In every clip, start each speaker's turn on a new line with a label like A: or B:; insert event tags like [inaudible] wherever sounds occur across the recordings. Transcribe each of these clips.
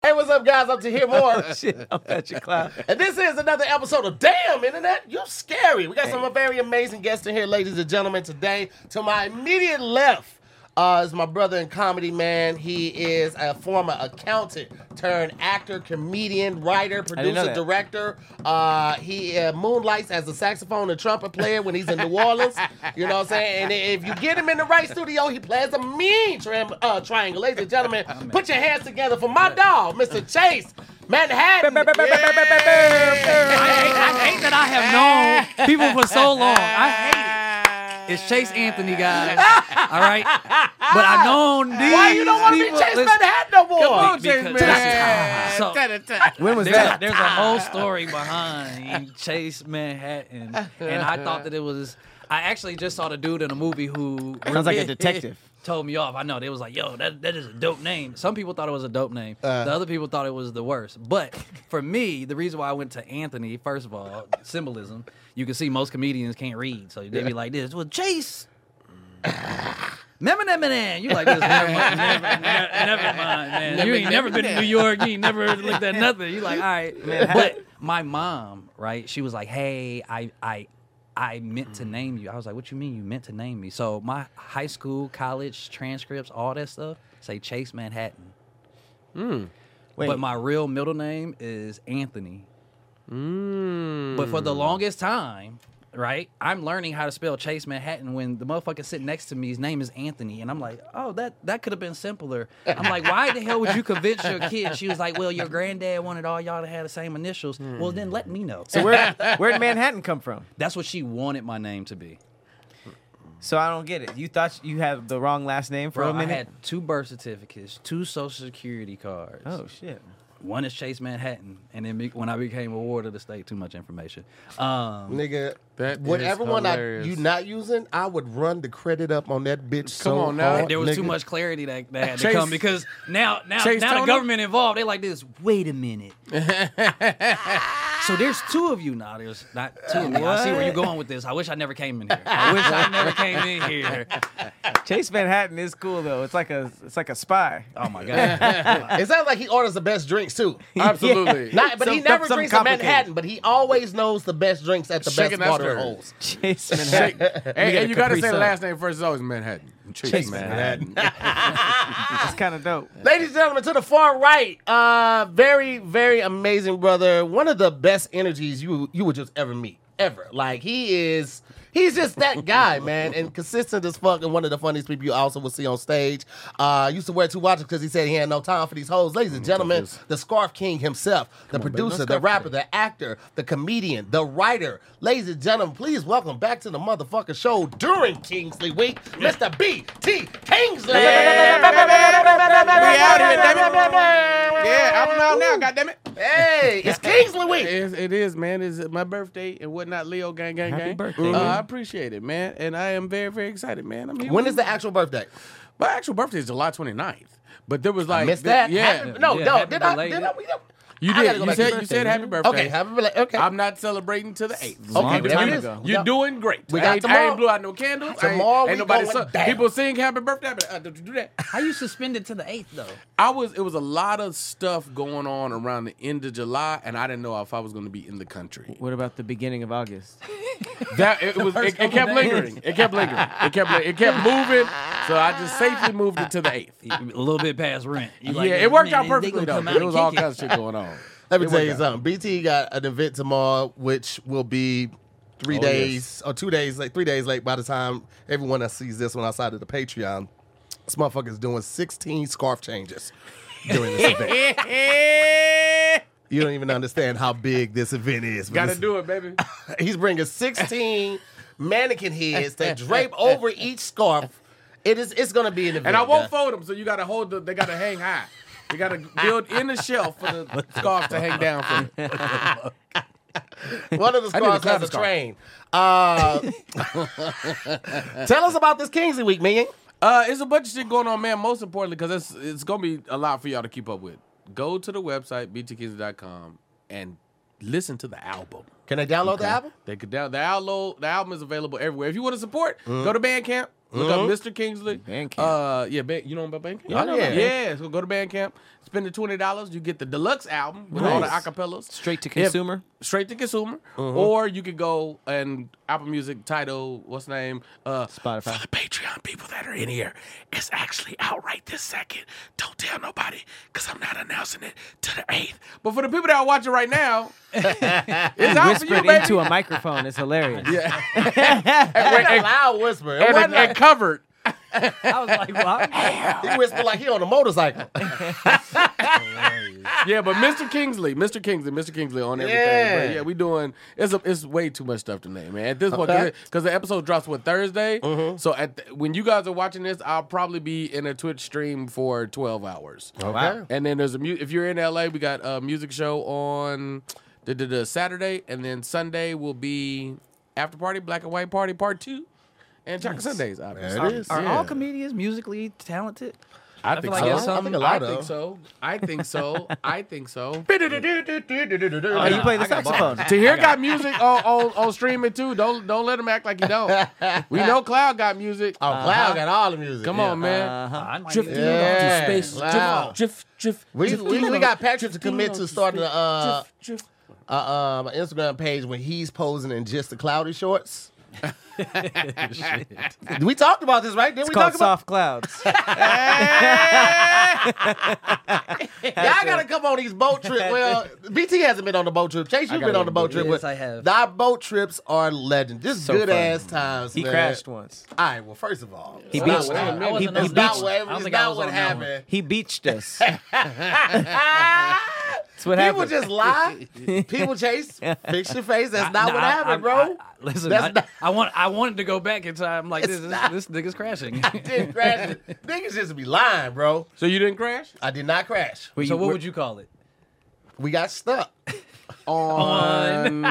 A: Hey, what's up, guys? I'm to hear more. [laughs]
B: [laughs] Shit, I'm Patrick [laughs] Cloud.
A: And this is another episode of Damn Internet, you're scary. We got some very amazing guests in here, ladies and gentlemen. Today, to my immediate left uh, is my brother in comedy, man. He is a former accountant turned actor, comedian, writer,
B: didn't
A: producer,
B: know that.
A: director. Uh, he uh, moonlights as a saxophone and trumpet player when he's in New Orleans. You know what I'm saying? And if you get him in the right studio, he plays a mean tram- uh, triangle. Ladies and
B: [laughs]
A: gentlemen, put your hands together for my dog, Mr. Chase Manhattan.
B: I hate, I hate that I have known people for so long. I hate it. It's Chase Anthony, guys. All right, but I've known these
A: Why you don't want to be
B: people-
A: Chase
B: listen,
A: Manhattan no more?
B: on, Chase because- Man. So-
C: When was
B: There's a,
C: that?
B: there's a whole story behind Chase Manhattan, and I thought that it was. I actually just saw the dude in a movie who
C: Sounds like a detective.
B: [laughs] Told me off. I know they was like, "Yo, that, that is a dope name." Some people thought it was a dope name.
C: Uh.
B: the other people thought it was the worst. But for me, the reason why I went to Anthony, first of all, symbolism. You can see most comedians can't read, so they be like this. Well, Chase. Never, never, man. You like this? Never, mind, never, never, never mind, man. you ain't never been to New York. You ain't never looked at nothing. You like, all right. But my mom, right? She was like, hey, I, I, I meant to name you. I was like, what you mean you meant to name me? So my high school, college transcripts, all that stuff say Chase Manhattan.
C: Wait,
B: But my real middle name is Anthony.
C: Mm.
B: But for the longest time, right, I'm learning how to spell Chase Manhattan when the motherfucker sitting next to me, his name is Anthony. And I'm like, oh, that, that could have been simpler. I'm like, why the hell would you convince your kid? She was like, well, your granddad wanted all y'all to have the same initials. Well, then let me know.
C: Hmm. so [laughs] where where'd Manhattan come from?
B: That's what she wanted my name to be.
C: So I don't get it. You thought you had the wrong last name for
B: Bro,
C: a
B: I
C: minute.
B: had two birth certificates, two social security cards.
C: oh shit!
B: One is Chase Manhattan, and then be- when I became a ward of the state, too much information. Um,
A: Nigga,
D: That
A: whatever
D: is
A: one I,
D: hilarious.
A: you not using, I would run the credit up on that bitch. Come so
D: on now.
A: hard,
B: there was
A: nigga.
B: too much clarity that, that had to
D: Chase-
B: come because now now
D: Chase
B: now the
D: Tony?
B: government involved. They like this. Wait a minute. so there's two of you now. There's not two of me. I see where you're going with this. I wish I never came in here. I wish I never came in here.
C: Chase Manhattan is cool though. It's like a it's like a spy.
B: Oh my god.
A: It sounds like he orders the best drinks too. [laughs]
D: Absolutely.
A: Not, but he
C: Some-
A: never
C: some-
A: drinks a
C: some complicated.
A: Manhattan, but he always knows the best drinks at the
D: Shaking
A: best
D: that
A: water
D: stirred.
A: holes.
C: [laughs] Chase Manhattan.
D: Shake- and,
C: get
D: and
C: a
D: you got to
C: Capri
D: say the
C: Sun.
D: last name first. It's always Manhattan. Chase,
C: Manhattan. It's kind of dope.
A: Ladies and gentlemen, to the far right, uh, very, very amazing brother. One of the best energies you you would just ever meet, ever. Like he is, he's just that guy, man, and consistent as fuck. And one of the funniest people you also will see on stage. Uh, used to wear two watches because he said he had no time for these hoes. Ladies and gentlemen, the Scarf King himself, the producer, the rapper, the actor, the comedian, the writer. Ladies and gentlemen, please welcome back to the motherfucking show during Kingsley Week, Mr. B. T. Kingsley.
D: [laughs] Yeah, I'm out now. God damn it.
A: Hey,
D: [laughs]
A: it's Kingsley
D: It
A: week.
D: is, it is, man. It's my birthday and whatnot. Leo, gang, gang,
C: Happy
D: gang.
C: birthday,
D: Uh,
C: man.
D: I appreciate it, man, and I am very, very excited, man. I'm here.
A: Mm-hmm. When is the actual birthday?
D: my actual birthday? Is July 29th. But there was like,
A: I missed
D: the-
A: that.
D: yeah,
A: Happy- no,
B: Yeah,
A: no.
B: happy
A: Did I? Did
B: belated.
A: I? we don't-
D: you
A: I
D: did.
A: gotta go
D: You
A: back
D: said
A: to
D: you
A: birthday,
D: said happy birthday.
A: Okay, happy belated. Okay.
D: I'm not celebrating till the eighth.
A: Okay,
C: Long
A: there
C: time
A: it is.
C: ago.
D: You're
A: Yup.
D: doing great.
A: We
D: We
A: got
D: got I, ain't, I
A: tomorrow-
D: ain't blew out no candles. I ain't-
A: Tomorrow we
D: ain't, nobody
A: going
D: sung-
A: down.
D: People sing happy birthday. but, uh, do- do that.
B: How you suspended to the eighth though?
D: I was. It was a lot of stuff going on around the end of July, and I didn't know if I was going to be in the country.
C: What about the beginning of August?
D: That it was. It, it kept lingering. It kept lingering. It kept. li- It kept moving. So I just safely moved it to the eighth.
B: A little bit past rent. You like,
D: yeah, it worked
B: man,
D: out
B: they gonna
D: perfectly though.
B: come out
D: It
B: and
D: was all
B: kick it.
D: kinds of shit
B: [laughs]
D: going on. [laughs]
A: Let me
D: It
A: tell you
D: worked out.
A: something. BT got an event tomorrow, which will be three
D: Oh,
A: days or two days late, three days late by the time everyone that sees this one outside of the Patreon. This motherfucker's doing 16 scarf changes during
D: [laughs]
A: this event. You don't even understand how big this event is. but
D: Gotta
A: it's-
D: do
B: [laughs]
D: it, baby.
A: He's bringing
D: [laughs]
A: 16 mannequin heads that drape over each scarf. It is. It's gonna be an event.
D: And I
A: guys.
D: won't fold them, so you gotta hold the. They gotta hang high. You gotta build in the shelf
B: [laughs]
D: for the scarf to hang down from. it.
A: One of the
D: I need a
A: scarves has a
D: clap scarf.
A: train. Uh,
D: [laughs]
A: tell us about this Kingsley week, man.
D: Uh, it's a bunch of shit going on, man. Most importantly, because it's it's gonna be a lot for y'all to keep up with. Go to the website btkids.com and listen to the album.
A: Can I download the album?
D: They could down the download. The album is available everywhere. If you want to support, go to Bandcamp. Look up Mr. Kingsley.
C: Bandcamp.
D: Uh, yeah, ban- you know about Bandcamp?
A: Yeah, I know
D: yeah.
A: about
D: yeah. So go to Bandcamp, spend the twenty dollars, you get the deluxe album with all the
A: Nice.
D: acapellas
C: Straight to
D: If-
C: consumer.
D: straight to consumer, or you could go and Apple Music, title, what's the name, uh,
C: Spotify.
D: For the Patreon people that are in here, it's actually out right this second. Don't tell nobody, cause I'm not announcing it to the eighth. But for the people that are watching right now, [laughs] it's out for you,
C: Whispered
D: baby. [laughs]
C: into a microphone. It's hilarious.
A: That's a loud whisper. It
D: and,
A: wasn't
D: and covered.
B: I was like, well,
C: [laughs]
A: like- he whispered like he on a motorcycle.
D: [laughs] Yeah, but Mr. Kingsley, Mr. Kingsley, Mr. Kingsley on everything.
A: Yeah.
D: But yeah, we doing it's a, it's way too much stuff to name, man. At this point, because the episode drops what Thursday, so at the, when you guys are watching this, I'll probably be in a Twitch stream for twelve hours.
A: Okay.
D: And then there's a mu- if you're in LA, we got a music show on the, the, the Saturday, and then Sunday will be after party, black and white party part two, and Chaka Sundays. Obviously,
A: There it is.
B: are
D: Yeah.
B: all comedians musically talented?
D: I,
B: I
D: think
B: feel
D: so.
B: like
A: I think a lot
D: I think
A: of.
D: so. I
A: [laughs]
D: think so. I think so.
C: Oh, you play the
B: I got
C: saxophone.
D: To hear got music on, on, on streaming too. Don't don't let him act like he don't. We know Cloud got music.
A: Oh, Cloud got all the music.
D: Uh-huh. Come
A: Yeah. Uh-huh.
D: on, man.
B: I might
C: Drifting
B: need-
A: Yeah.
C: off to space.
A: Wow.
C: Drift, drift,
A: We,
C: drift,
A: we, we
C: drift.
A: got Patrick to commit to starting a uh,
C: Drift, drift.
A: uh, uh, an Instagram page where he's posing in just the cloudy
D: [laughs]
A: shorts. we talked about this, right? Did
C: It's
A: we
C: called
A: talk about?
C: Soft Clouds.
A: Y'all gotta come on these
B: [laughs]
A: boat trips. Well, BT hasn't been on the boat trip. Chase, you've been on the boat trip.
B: Yes,
A: but
B: I have.
A: Thy boat trips are legend. This is
C: So
A: good
C: fun.
A: ass times.
C: He
A: man.
C: crashed once.
A: All right. Well, first of all,
C: He
A: it's not
C: beached-
A: what
C: I
A: happened.
C: wasn't on
A: It's
C: that
A: not
C: one.
A: what-
B: I don't
A: it's
B: think I
A: not
B: was
A: what
B: on that one.
A: happened.
C: He beached [laughs] us.
A: Ah!
C: That's what
A: People
C: happened.
A: just lie.
B: [laughs]
A: People chase. Fix your face. That's
B: Nah,
A: not what
B: I-
A: happened,
B: I-
A: bro.
B: I- I- listen,
A: That's
B: I,
A: not-
B: I want I wanted to go back in time. I'm like,
A: It's
B: this is,
A: not-
B: this nigga's crashing.
A: [laughs] [laughs] didn't crash. Niggas just be lying, bro.
D: So you didn't crash
A: I did not crash.
B: so what would you call it?
A: We got stuck.
D: on?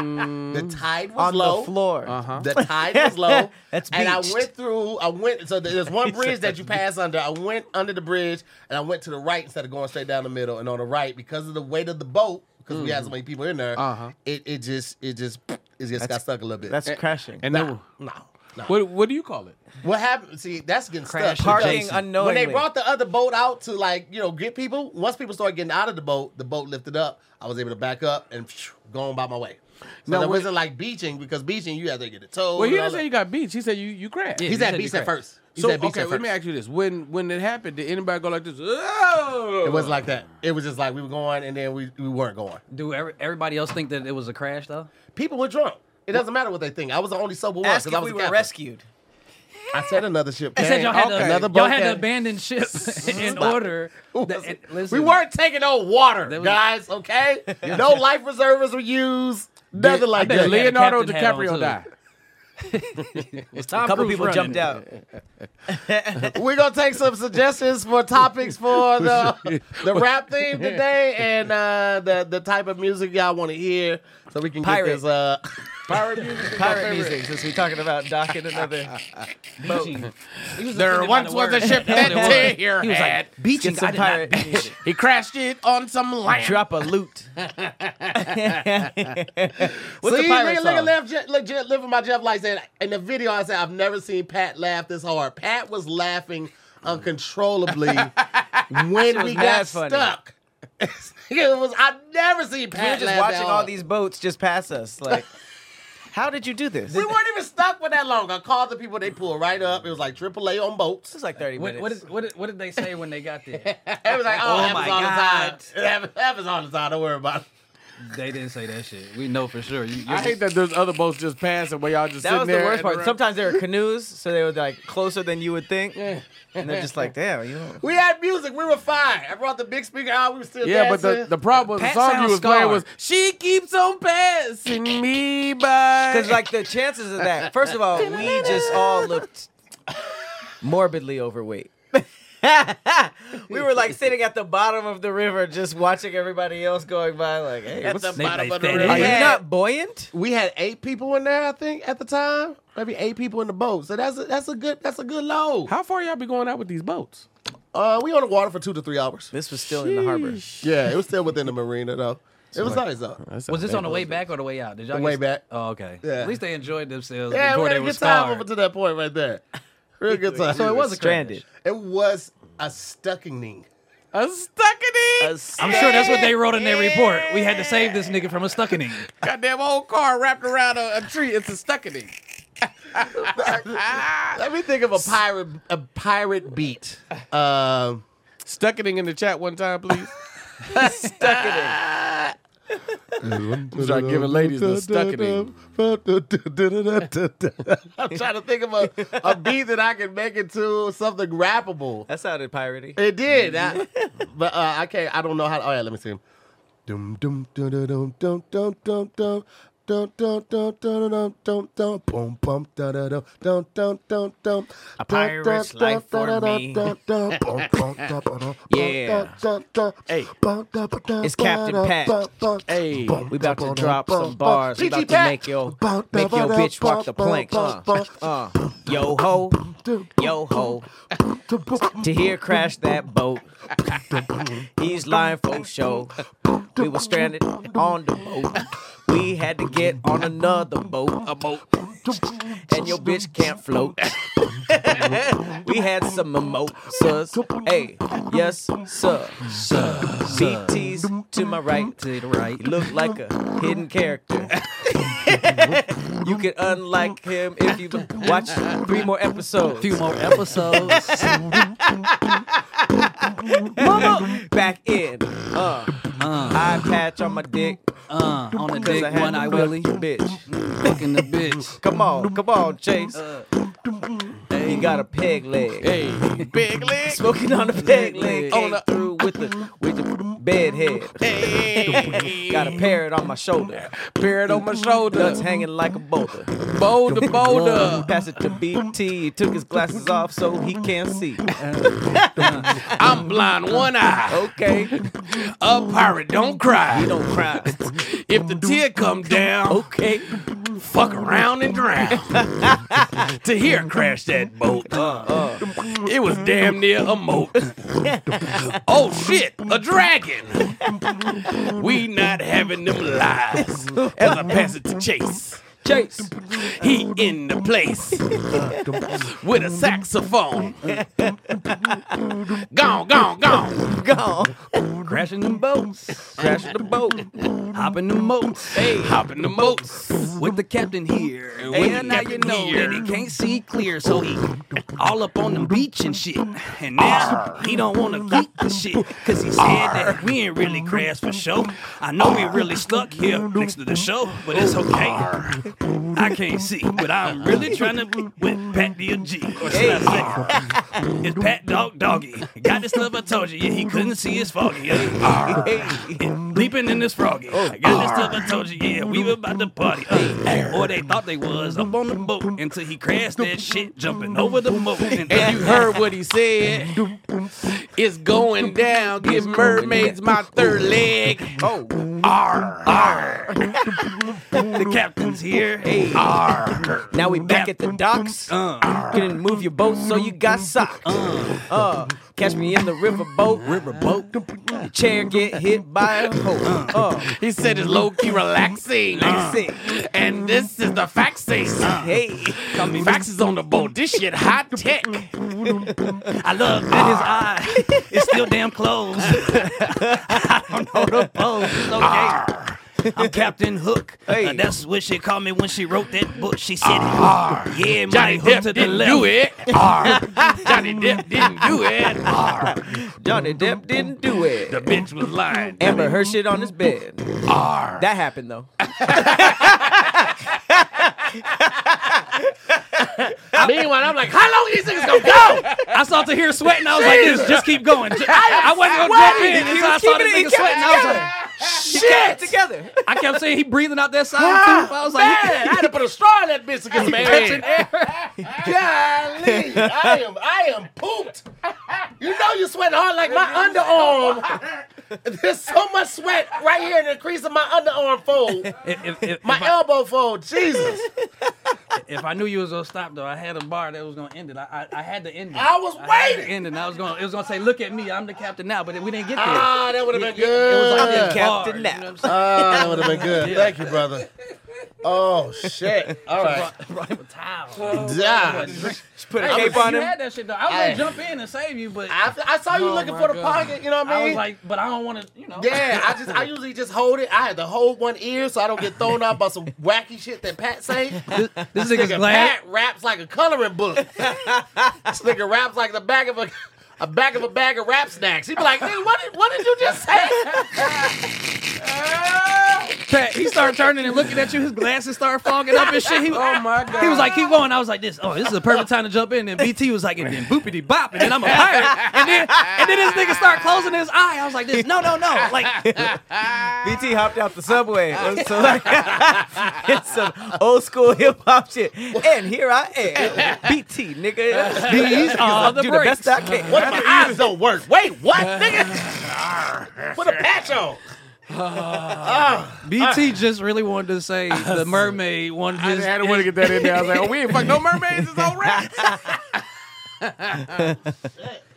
A: The
B: Mm.
A: tide was
C: on
A: low.
C: the floor.
D: uh-huh. [laughs]
A: The tide was low.
C: That's
A: and I
C: beached.
A: went through. I went. So there's
D: [laughs]
A: one bridge that you pass under. I went under the bridge and I went to the right instead of going straight down the middle. And on the right, because of the weight of the boat, because we had so many people in there,
D: Mm. Uh-huh.
A: it it just it just [sniffs] it just got stuck a little bit.
C: That's crashing.
D: And
A: no,
D: then
A: no, no.
D: what what do you call it?
A: What happened? See, that's getting
B: Crash
A: stuck.
C: Parking
A: because
C: unknowingly.
A: When they brought the other boat out to like you know get people, once people started getting out of the boat, the boat lifted up. I was able to back up and phew, go on by my way.
D: Now,
A: So it
D: when-
A: wasn't like beaching because beaching you had to get a tow.
D: Well, he
A: and all
D: didn't say you
A: that.
D: got beats. He said you you crashed.
B: Yeah.
A: He's
B: he
A: at
B: said
A: beach
B: you
A: at
B: cracked.
A: first. He's
D: So
A: at beach
D: okay,
A: at
D: let
A: first.
D: me ask you this: when when it happened, did anybody go like this? Oh!
A: It was like that. It was just like we were going and then we, we weren't going.
B: [laughs] Do every, everybody else think that it was a crash though?
A: People were drunk. It doesn't matter what they think. I was the only sober one
C: Ask
A: because I
C: if
A: was
C: we
A: the
C: were
A: captain.
C: rescued.
A: I said another
B: [laughs]
A: ship.
B: I said
A: came.
B: y'all had,
A: Okay.
B: to,
A: another
B: y'all
A: boat
B: had to
A: came.
B: abandon [laughs] ship in order. that- and
A: we
B: listen,
A: weren't taking no water,
B: That was-
A: guys. Okay, no life reservers were used. Nothing like
B: bet
A: that.
D: Did Leonardo
B: Captain had on,
D: DiCaprio
B: too.
D: die?
B: Tom
C: A couple
B: Cruise
C: people
B: running.
C: jumped out.
A: We're gonna take some suggestions for topics for the the rap theme today and uh, the the type of music y'all want to hear, so we can
C: Pirate.
A: get this. Uh,
D: Pirate music.
C: Pirate music, since we're talking about [laughs] docking another.
B: Beaching. [laughs] He was
D: There
B: offended by
D: once
B: the
D: was
B: word.
D: a ship
B: That's what
D: that
B: it was.
D: here
B: He was
D: had.
B: like,
C: Beaching
B: I
C: some
B: did not
C: pirate.
D: He crashed it on some land.
C: Drop a loot. [laughs] What's
A: see,
C: the pirate
A: nigga, look at
C: song?
A: Lev, Je- look, Je- living my Jeff like said in the video. I said I've never seen Pat laugh this hard. Pat was laughing
C: [laughs]
A: uncontrollably when we got
C: mad funny.
A: stuck. [laughs] it was I've never seen Pat
C: we were just
A: laugh
C: watching
A: that
C: all
A: hard.
C: these boats just pass us. [laughs] Like, how did you do this?
A: We weren't even stuck for that long. I called the people. They pulled right up. It was like AAA on boats.
C: This is like 30
B: What,
C: minutes.
B: what, is, what, is- what did they say when they got [laughs] there?
A: It was like, oh,
B: Oh
A: it happens
B: my
A: all
B: God.
A: the time. It happens- happens all the time. Don't worry about it.
B: they didn't say that shit. We know for sure. You,
D: I hate that there's other boats just passing where y'all just
C: that
D: sitting
C: was the
D: there
C: worst
D: and
C: part.
D: around-
C: Sometimes there were canoes, so they were like closer than you would think. And they're just like, damn, you don't.
A: We had music. We were fine. I brought the big speaker out. We were still
D: Yeah, but
A: dancing.
D: the, the problem was the
B: Pat
D: song you
B: sounds
D: was playing
B: scarred.
D: was "She keeps on passing me by."
C: Because, like, the chances of that, first of all, we just all looked morbidly overweight. [laughs] we were like sitting at the bottom of the river just watching everybody else going by, like, hey,
A: at
C: what's
A: the
B: They
A: bottom
B: play
A: of the
B: Fat
A: river.
C: Are
B: Ass.
C: you
A: Yeah.
C: not buoyant?
A: we had eight people in there, I think, at the time. Maybe eight people in the boat. So that's a, that's a good that's a good load.
D: how far y'all be going out with these boats?
A: Uh, we on the water for two to three hours.
C: This was still in the harbor.
A: Yeah, it was still within the marina
B: [laughs]
A: though. It was nice though.
B: was this on the way back or the way out? Did y'all
A: The way
B: get-
A: back.
B: Oh, okay.
A: Yeah.
B: At least they enjoyed themselves
A: Yeah,
B: before
A: we had
B: they
A: a
B: were
A: good time
B: scarred.
A: over to that point right there. Real
B: [laughs]
A: good time.
B: So it was a
C: Stranded.
B: crash.
A: It was a stucking.
D: I'm stuck in it.
B: I'm sure that's what they wrote in their report. We had to save this nigga from a stuckening.
D: Goddamn old car wrapped around a, a tree. It's a stuck in it.
A: Let me think of a pirate a pirate beat. Um
D: Stuck in it in the chat one time, [laughs] please.
C: Stuck in it.
D: Start giving ladies the stuck in it.
A: [laughs] I'm trying to think of a, a beat that I can make into something rappable.
C: That sounded piratey.
A: It did, I- [laughs]
C: Mm-hmm.
A: but uh, I can't. I don't know how. To, all right, let me see. Dum dum dum dum dum dum dum dum dum. Dum dum dum dum dum dum dum boom bum dum dum dum dum dum dum dum
C: A pirate's life for me. [laughs] Yeah.
A: Hey,
C: It's Captain Pat.
D: Hey,
C: We about to drop some bars. We about to make your make your bitch walk the plank. Uh, [laughs] uh, yo ho, yo ho. To hear crash that boat. [laughs] He's lying for show. We were stranded on the boat. We had to get on another boat. A boat. And your bitch can't float. [laughs] we had some mimosas. Hey, yes, sir. BTs to my right.
B: To the right.
C: He looked like a hidden character. [laughs] you could unlike him if you watch three more episodes.
B: few more episodes.
C: Mama, back in. Uh, eye patch on my dick.
B: Uh, on the
C: 'cause
B: dick,
C: I had
B: one
C: to
B: eye
C: fuck
B: Willie,
C: the Bitch.
B: fucking the bitch.
C: Come on, come on, Chase.
B: Uh.
C: He got a peg leg.
D: hey, big leg.
C: Smoking on the peg leg.
D: On
C: Came
D: the-
C: through with the with the bed head.
D: Hey,
C: Got a parrot on my shoulder.
D: parrot on my shoulder.
C: Nuts hanging like a boulder.
D: Boulder, boulder.
C: Pass it to BT. He took his glasses off so he can't see.
D: I'm blind, one eye.
C: Okay.
D: A pirate, don't cry.
C: He Oh. don't cry.
D: If the tear come down,
C: Okay.
D: fuck around and drown. to hear crash that boat, it was damn near a moat. oh shit, a dragon. we not having them lies. As I pass it to Chase,
C: Chase.
D: he in the place with a saxophone. gone, gone, gone.
C: Gone.
B: Crashing them boats,
C: Crashing the boat.
B: hopping them moats. Hey,
D: Hopping the moats.
B: with the captain here. And
D: with the
B: now you
D: captain
B: know
D: here.
B: that he can't see clear, so he all up on the beach and shit. And now he don't want to beat the shit, cause he said that we ain't really crashed for show. I know we really stuck here next to the show, but it's okay. I can't see, but I'm really trying to be with Pat DLG. Or should I say, it's Pat Dog Doggy. Got this stuff I told you, yeah, he couldn't see his foggy. Yeah. And leaping in this froggy. I got this stuff I told you, yeah, we were about to party. Uh, or they thought they was up on the boat until he crashed that shit, jumping over the moat. And
D: And you heard what
B: [laughs]
D: he said. It's going down. Give mermaids my third leg.
C: Oh.
D: Arr, arr,
B: the captain's here. Hey,
D: arr.
C: Now we back at the docks.
B: uh,
C: Couldn't move your boat, so you got socked. Uh, catch me in the river boat. River boat. Chair get hit by a hoe. Uh,
D: He said it's low key relaxing.
B: Uh.
C: Relaxing.
D: And this is the faxing.
C: hey.
D: Fax is on the boat. This shit high tech.
B: I love that his eye is still damn closed. [laughs] I don't know the pose. It's okay. I'm Captain Hook.
C: Hey.
B: Uh, that's what she called me when she wrote that book. She said, "Yeah,
D: Johnny
B: Mike, hook
D: Depp
B: to the
D: didn't
B: left."
D: do it. Arr. Johnny Depp didn't do it. Arr.
C: Johnny Depp didn't do
D: The
C: it.
D: bitch was lying.
C: Amber her shit on his bed.
D: Arr.
C: That happened though. [laughs]
A: Meanwhile, I'm like, how long these niggas gonna go?
B: I saw to hear sweating. I was like, this, just keep [laughs] going. Ju- I, wasn't gonna
C: Why?
B: drop in.
C: He
B: And so I
C: was
B: saw the
C: keeping it- he
B: nigga
C: kept it
B: sweating. I was
C: together.
B: like,
C: Shit. Together. [laughs]
B: I kept saying he breathing out that side
D: Ah,
B: too. I was
A: Man,
B: like,
A: I had to
B: [laughs]
A: put a straw in that bitch to get some air. in. Golly, I am, I am pooped. You know you sweating hard like my underarm. There's so much sweat right here in the crease of my underarm fold,
B: if, if, if,
A: my
B: if I,
A: elbow fold. Jesus,
B: if I knew you was gonna stop though, I had a bar that was gonna end it. I, I, I had to end it.
A: I was
B: I had to
A: waiting.
B: end it. And I was gonna, it was gonna say, look at me, I'm the captain now. But we didn't get there.
A: Ah, that would have been
B: It was
A: good.
B: like
C: I'm the
B: that
C: captain
B: bar,
C: now.
B: You know what I'm saying?
A: Ah, that would have been good. Thank you, brother. Oh shit! All right.
B: Brought him a towel.
A: Yeah.
C: Just put a
B: I
C: cape
B: wish
C: on
B: you
C: him.
B: had that shit though. I was
A: Hey.
B: gonna jump in and save you, but
A: I, I saw you
B: Oh,
A: looking
B: my
A: for the
B: God.
A: pocket. You know what I
B: I
A: mean?
B: was like, but I don't want to, you know.
A: yeah, I just I usually just hold it. I had to hold one ear so I don't get thrown off by some wacky shit that Pat say. This
B: This nigga's
A: nigga
B: glad.
A: Pat raps like a coloring book. this nigga raps like the back of a. A back of a bag of rap snacks. He'd be like, "Nigga, what did, what did you just say?"
B: Pat, he started turning and looking at you. His glasses started fogging up and [laughs] shit. He,
C: Oh my god.
B: he was like, keep going. I was like, this. Oh, this is the perfect time to jump in. And BT was like, and then boopity bop, and then I'm a pirate. And then, and then this nigga started closing his eye. I was like, this. No, no, no. Like,
C: BT hopped out the [laughs] subway. It was so like- it's some old school hip hop shit. And here I am, BT [laughs] nigga.
B: these are the
C: do the
B: breaks.
C: best I can.
A: What if my eyes don't work? Wait, what, nigga? Put a patch on.
B: BT just really wanted to say the mermaid wanted
D: I
B: his,
D: had to want to get that in there. I was like, oh, we ain't fuck no mermaids. It's all right.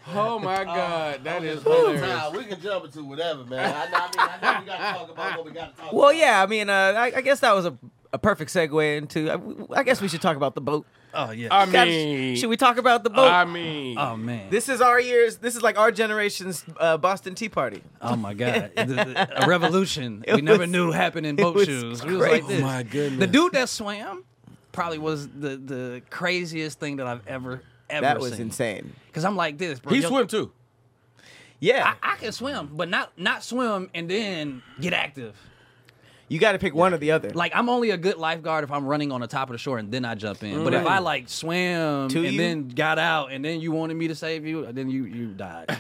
D: [laughs] oh my god, that is hilarious.
A: Nah, we can jump into whatever, man. I, I mean, I know we gotta talk about what we gotta talk
C: [laughs] Well, yeah. I mean, uh, I, I guess that was a, a perfect segue into. uh, I, I guess we should talk about the boat.
B: Oh yeah.
D: I
C: Gotta-
D: mean,
C: should we talk about the boat?
D: I mean,
B: oh man.
C: this is our year's. This is like our generation's uh, Boston Tea Party.
B: oh my god. The- the- a revolution we never
C: was-
B: knew happened in boat
C: was
B: shoes. We was like
C: crazy.
B: this.
D: Oh my goodness.
B: The dude that swam probably was the the craziest thing that I've ever ever
C: That was
B: seen.
C: insane.
B: Cause I'm like this, bro.
D: he
B: yo,
D: swim too.
C: Yeah,
B: I can swim, but not not swim and then get active.
C: you got to pick one or the other.
B: Like I'm only a good lifeguard if I'm running on the top of the shore and then I jump in. But if I like swam
C: To
B: and
C: you?
B: then got out and then you wanted me to save you, then you you died.
C: [laughs]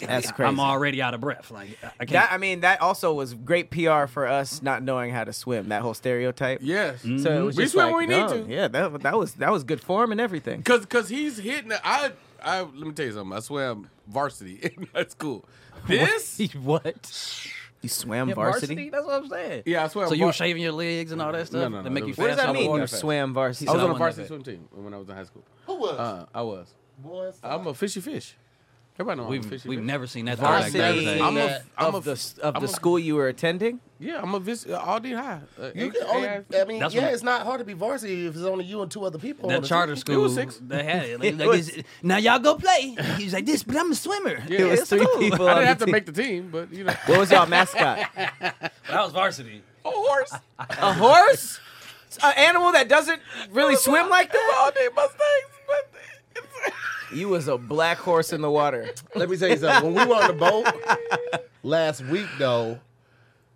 C: That's crazy.
B: I'm already out of breath. Like I- I can't.
C: That I mean, that also was great PR for us not knowing how to swim. That whole stereotype.
D: Yes.
B: Mm-hmm.
C: So it was
D: We
C: just
D: swim
C: like,
D: when we need
C: no,
D: to.
C: Yeah, that that was that was good form and everything.
D: Cause, cause he's hitting. the- I, I let me tell you something. I swam varsity [laughs] in high school. This, [laughs]
B: what?
C: You swam
B: Yeah,
C: varsity.
B: That's what I'm saying.
D: yeah, I swam.
B: So you were
D: var-
B: shaving your legs and all that stuff
D: No, no, no,
B: to make
D: it
B: you
D: was-
B: fast.
C: What does that
B: out of
C: mean?
B: water?
C: You swam varsity.
D: I was
B: said I
D: on a
B: wasn't
D: varsity
B: that
D: swim team when I was in high school.
A: Who was?
D: Uh, I was.
A: boys,
D: I'm a fishy fish. Everybody know I'm a
B: We've,
D: fishy
B: we've
D: fish.
B: never seen that.
A: Varsity.
B: throwback back in the day.
A: I'm a-
D: f-
C: of
D: I'm a
C: the
D: f-
C: of
D: I'm
C: the
D: a-
C: school you were attending.
D: Yeah, I'm a vis- uh, all day high. Uh,
A: You
D: eight-
A: can only,
D: eight-
A: I mean,
B: That's
A: yeah,
B: what-
A: it's not hard to be varsity if it's only you and two other people. on
B: That
A: the
B: charter
A: team.
B: school,
D: was six.
B: they had it. Like, like, it's- now y'all go play. He was like this, but I'm a swimmer.
D: Yeah.
C: It was
D: it's
C: three
D: cool.
C: people.
D: I
C: on
D: didn't
C: the
D: have to
C: team.
D: make the team,
C: [laughs]
D: but you know,
C: What
D: [laughs]
C: was y'all mascot?
B: But I was varsity.
D: a horse,
C: A horse? An animal that doesn't really swim like that?
D: all day Mustangs.
C: You was a black horse in the water.
A: Let me tell you something. When we were on the boat last week, though,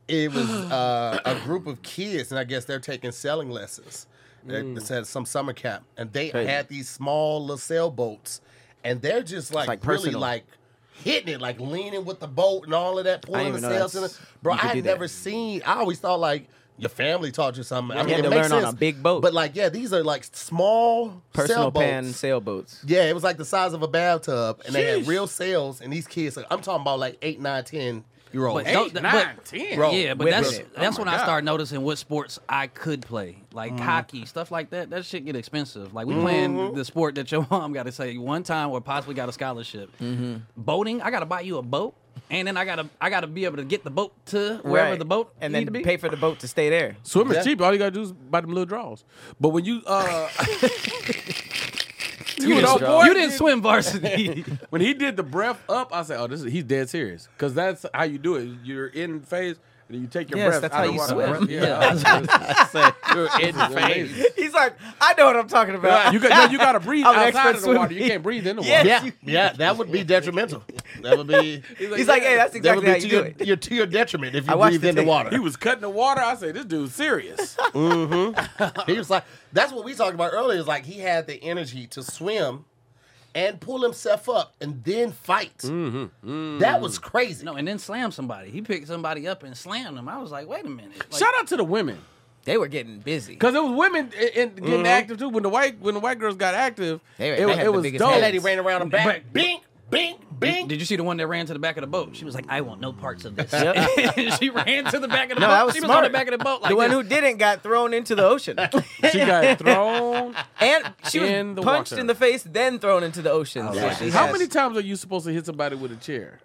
A: it was uh, a group of kids, and I guess they're taking sailing lessons. They It said some summer camp, and they
C: Mm. Crazy.
A: had these small little sailboats, and they're just like,
C: like
A: really
C: personal.
A: like hitting it, like leaning with the boat and all of that, pulling
C: even
A: the
C: know
A: sails. And
C: that's-
A: bro, I
C: you could
A: had
C: do that.
A: never seen. I always thought like your family taught you something. I
C: You
A: mean,
C: had
A: it
C: to
A: makes
C: learn on
A: sense,
C: a big boat.
A: but like yeah, these are like small
C: Personal
A: sailboats.
C: pan sailboats.
A: Yeah, it was like the size of a bathtub, and they had
D: Sheesh.
A: real sails. And these kids, like, I'm talking about like eight, nine, ten year olds.
B: But don't-
D: Eight,
B: but-
D: nine, ten.
A: Bro,
B: yeah, but
C: with
B: that's
C: it.
B: that's
D: Oh my
B: when I
D: God.
B: started noticing what sports I could play, like hockey, stuff like that. That shit get expensive. Like we playing the sport that your [laughs] mom got to say one time or possibly got a scholarship. Boating, I got to buy you a boat, and then I gotta I gotta be able to get the boat to wherever
C: Right.
B: the boat
C: And
B: need
C: then
B: to be.
C: pay for the boat to stay there.
D: Swimming's
A: Yeah.
D: cheap. All you gotta do is buy them little draws. But when you,
C: [laughs]
D: uh, you,
B: you,
D: know,
C: draw.
D: boy,
B: you didn't swim varsity. [laughs]
D: When he did the breath up, I said, "Oh, this is he's dead serious." Because that's how you do it. You're in phase, and you take your
C: Yes,
D: breath.
C: that's
D: out
C: how
D: of
C: you
D: water.
C: swim. [laughs]
D: You're in phase.
C: He's like, I know what I'm talking about.
D: You got no, you
C: [laughs]
D: gotta breathe
C: I'm an
D: outside
C: expert
D: of the water.
C: swimmer.
D: You can't breathe in the water.
C: Yeah.
A: [laughs] yeah, yeah, that would [laughs] be detrimental. That would be.
C: He's like, hey, that's
A: That would
C: exactly
A: be
C: how you
A: to
C: do
A: your,
C: it.
A: your- to your detriment if
C: I
A: you
C: watched
A: breathed
C: the
A: in the
C: tape.
A: water.
D: He was cutting the water. I say, "This
C: [laughs]
D: dude's serious."
A: He was like, that's what we talked about earlier. Is like he had the energy to swim and pull himself up and then fight. That was crazy.
B: no, and then slam somebody. He picked somebody up and slammed them. I was like, wait a minute. Like,
D: Shout out to the women,
C: They were getting busy.
D: because it was women i- in, getting active too. When the white when the white girls got active,
C: Mm-hmm. They-
D: it,
C: they
D: was-
C: had
D: it
C: the
D: was
C: biggest
D: dope.
A: That lady ran around the back.
B: But-
A: Bink, bink, bink.
B: Did you see the one that ran to the back of the boat? She was like, "I want no parts of this."
C: Yep.
B: And [laughs] she ran to the back of the
C: No,
B: boat.
C: that was
B: she was on
C: smart.
B: the back of the boat like
C: the one
B: this.
C: who didn't got thrown into the [laughs] ocean. [laughs]
D: She got thrown.
C: and she was
D: In the
C: punched
D: water.
C: in the face, then thrown into the ocean. So
B: like,
C: Oh, she
D: How
C: has-
D: many times are you supposed to hit somebody with a chair?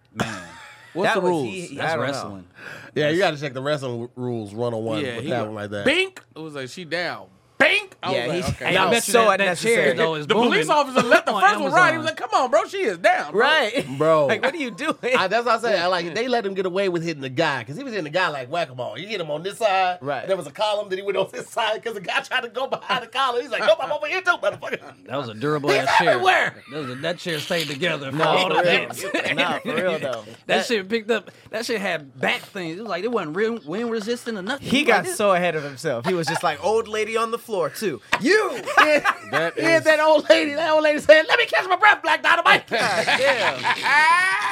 B: What's
C: That
B: the
C: was-
B: rules?
C: he- he- I
B: That's
C: don't know.
B: wrestling.
A: Yeah, you got to check the wrestling rules 101
D: Yeah,
A: with
D: he
A: that
D: was-
A: one like that.
D: Bink. It was like she down. Bink. I
C: Yeah,
D: was
C: he's-
D: like, okay.
C: Hey,
B: And I
C: that
B: bet
C: was
B: you
C: so
B: that, that chair
C: unnecessary.
B: though is
D: the police
B: booming uh, [laughs]
D: officer let the
B: on
D: first one ride. He
B: Amazon.
D: was like, "Come on, bro, she is down,
C: [laughs]
D: bro. [laughs]
C: Right.
A: Bro.
C: like, what are you doing? [laughs]
A: I, that's what I said. I [laughs] Like they let him get away with hitting the guy because he was hitting the guy like whack a mole. You hit him on this side,
C: Right.
A: and There was a column that he went on this side because the guy tried to go behind the column. He's like, nope, I'm over here too, motherfucker.
B: That was a durable
C: [laughs]
A: He's
B: ass chair.
A: everywhere.
B: That, was a, that chair stayed together for
C: no,
B: all
C: for
B: the
C: real.
B: hits.
C: no, for real though.
B: That shit picked up. That shit had back things. It was like it wasn't real wind resistant or nothing.
C: He
B: Like
C: got
B: this-
C: so ahead of himself. He was just like old lady on the floor too. You.
A: [laughs] Yeah, yeah, that old lady. That old lady said, "Let me catch my breath, [laughs] Black Dynamite."
C: [laughs] Yeah.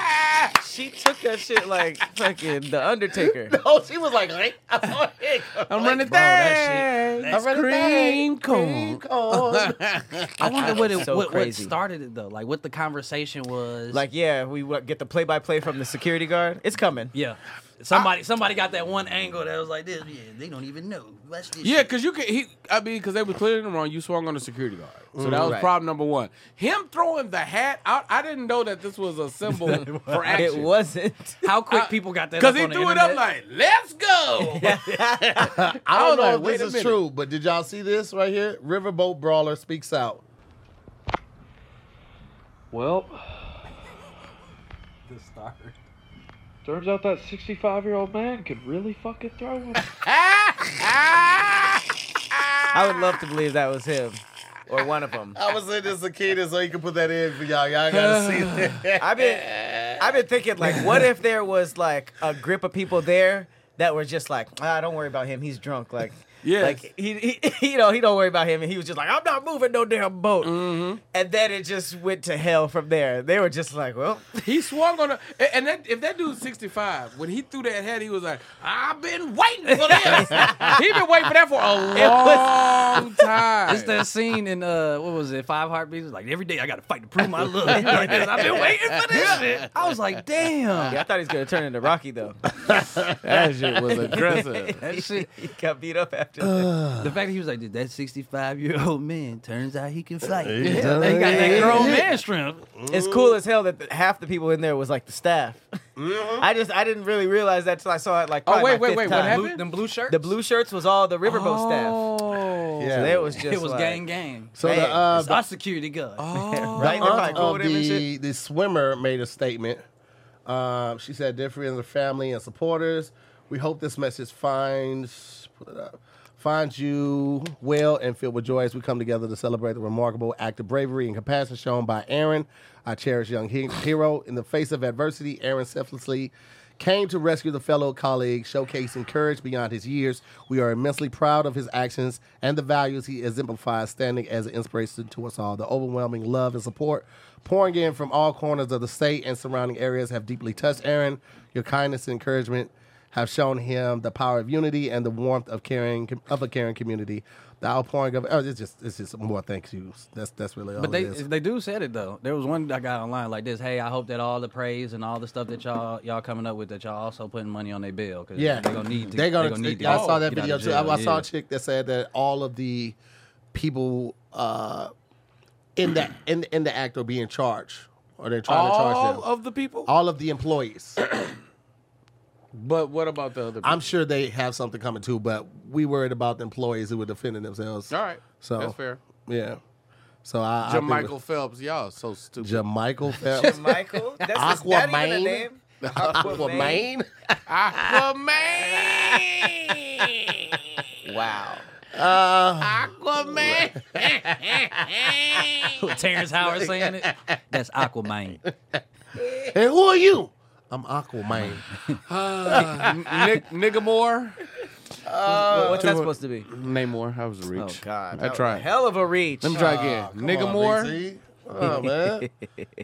C: she took that shit like fucking the [laughs] Undertaker.
A: oh, she was like, "Hey, I saw it."
D: I'm
A: Like,
D: running
B: Bro,
D: that
B: that
D: shit.
B: shit-
A: I read it
D: Green
A: back.
D: cone.
A: Green cone.
B: I wonder what it
C: So
B: what, what
C: crazy.
B: started it though. Like what the conversation was.
C: [laughs] Like yeah, we wa- get the play by play from the security guard. It's coming.
B: yeah. Somebody somebody got that one angle that was like this. Yeah, they don't even know. Watch this
D: Yeah,
B: shit.
D: because you can. He, I mean, because they were clearly wrong. You swung on the security guard, so that was
C: Right.
D: problem number one. Him throwing the hat out. I didn't know that this was a symbol for action.
C: It wasn't.
B: How quick people got that?
D: Because he
B: on the
D: threw it
B: internet.
D: up like, let's go.
A: I
D: I was
A: don't
D: like,
A: know
D: wait
A: if this
D: a
A: is
D: minute.
A: true, but did y'all see this right here? Riverboat Brawler speaks out.
E: Well, turns out that 65 year old man can really fucking throw him.
C: I would love to believe that was him or one of them.
A: I was in this Akita so you can put that in for y'all. Y'all gotta [laughs] see that.
C: I've been I've been thinking like, what if there was like a group of people there that were just like, ah, don't worry about him. He's drunk. Like,
D: Yes.
C: like he, [laughs] he you know he don't worry about him, and he was just like, I'm not moving no damn boat.
D: Mm-hmm.
C: And then it just went to hell from there. They were just like, well, [laughs]
D: He swung on a, and- and that, if that dude's 65, when he threw that hat, he was like, I've been waiting
C: [laughs]
D: for this. he been waiting for that for a long time.
C: [laughs]
B: It's that scene in uh, what was it? Five Heartbeats. It's Like every day, I got to fight to prove my love. [laughs] Like this, I've been waiting for this shit. I was like, damn,
C: yeah, I thought he was gonna turn into Rocky though.
D: [laughs] that shit was
B: [laughs]
D: aggressive.
B: that shit.
C: [laughs] he got beat up after. that.
B: The fact that he was like, dude, that sixty-five year old man turns out he can fight. Yeah, he
A: done
B: got that
A: it.
B: grown man strength.
A: Mm.
C: It's cool as hell that the, half the people in there was like the staff.
A: Mm-hmm.
C: I just I didn't really realize that till I saw it like.
D: Oh,
C: probably
D: wait,
C: my
D: wait,
C: fifth
D: wait, what
C: time.
D: happened?
B: Blue, them blue shirts.
C: The blue shirts was all the riverboat staff.
D: Oh.
A: Yeah.
C: So that was just
B: It was
C: like,
B: gang, gang.
A: So the,
C: Dang.
A: uh,
B: It's our security guard.
C: Right? They're probably
A: aunt
C: cool
A: of
C: with him and shit.
A: um, the, the swimmer made a statement. Um, she said, "Dear friends and family and supporters, we hope this message finds put it up, finds you well and filled with joy as we come together to celebrate the remarkable act of bravery and compassion shown by Aaron, our cherished young he- hero. In the face of adversity, Aaron selflessly." Came to rescue the fellow colleague, showcasing courage beyond his years. We are immensely proud of his actions and the values he exemplifies, standing as an inspiration to us all. The overwhelming love and support pouring in from all corners of the state and surrounding areas have deeply touched Aaron. Your kindness and encouragement have shown him the power of unity and the warmth of caring of a caring community. The outpouring of oh, it's just it's just more thank yous. That's that's really all
B: But
A: Oh, it
B: they
A: is.
B: they do said it though. There was one I got online like this. Hey, I hope that all the praise and all the stuff that y'all y'all coming up with that y'all also putting money on their bill because
A: Yeah,
B: they're gonna need to,
A: They're gonna.
B: they gonna need to
A: I saw that
B: get out
A: video
B: of
A: too. I,
B: jail.
A: I saw
B: Yeah.
A: a chick that said that all of the people uh, in that in in the act are being charged, or they're trying to charge
D: All
A: them.
D: of the people?
A: all of the employees.
D: But what about the other people?
A: I'm sure they have something coming too, but we worried about the employees who were defending themselves.
D: All right.
A: So
D: That's fair.
A: Yeah. So I.
D: Jermichael Phelps, y'all so stupid. [laughs]
A: Jamichael Phelps.
C: Michael? That's
A: Aquaman?
C: Aquaman? That even a name?
A: Aquaman.
D: Aquaman!
C: [laughs] Wow.
D: Uh, Aquaman!
B: [laughs] Terrence
A: [laughs]
B: Howard saying it. That's Aquaman.
A: and who are you? I'm Aquaman.
D: Nick, Nigamore?
C: Oh, What's that supposed to be?
D: Namor. I was a reach.
C: Oh God!
D: I
C: That was
D: tried.
C: a Hell of a reach.
D: Let me try again.
A: Ah, Come on,
D: Nigamore.
A: BC.
D: [laughs]
A: Oh man,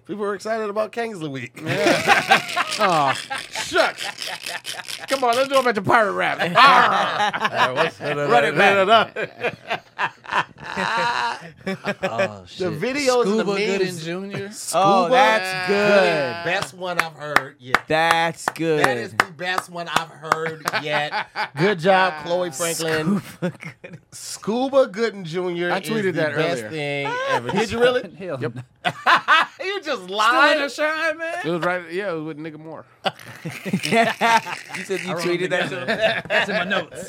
A: people are excited about Kingsley Week.
D: Shucks. Come on, let's do a bunch of pirate
B: [laughs]
D: rap. Ah. Arr! [laughs]
A: Run it back.
B: Oh shit.
A: The videos and the
B: Scuba Gooding
A: memes.
B: Jr.
C: oh,
A: Scuba?
C: that's good.
A: Best one I've heard yet.
C: That's good.
A: That
C: [laughs]
A: is the best one I've heard yet. Good
D: [laughs]
A: job, Chloe Franklin. Scuba Gooden Jr.
D: I
A: is the
D: tweeted that
A: best
D: [laughs] earlier.
A: thing ever. Did you really?
B: Hell,
A: [laughs] you you just
B: Still
A: lied.
B: in the shine, man.
D: It was right. Yeah, it was with Nigga Moore.
C: You said you
B: I wrote
C: tweeted
B: it
C: that.
B: down.
C: [laughs]
B: That's in my notes.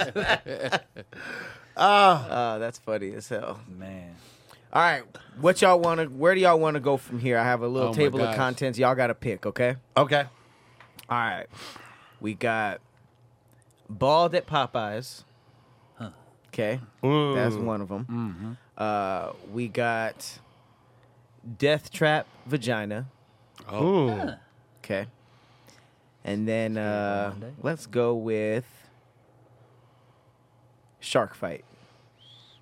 B: [laughs]
C: Oh, that's funny as hell.
B: Man.
C: All right, what y'all want to? Where do y'all want to go from here? I have a little
D: Oh my
C: table of
D: gosh.
C: contents. Y'all got to pick, okay?
A: Okay.
C: All right, we got bald at Popeyes. Okay, that's one of them.
D: Mm-hmm.
C: Uh, we got death trap vagina.
A: Ooh.
C: Okay, and then uh,
B: Monday.
C: let's go with shark fight.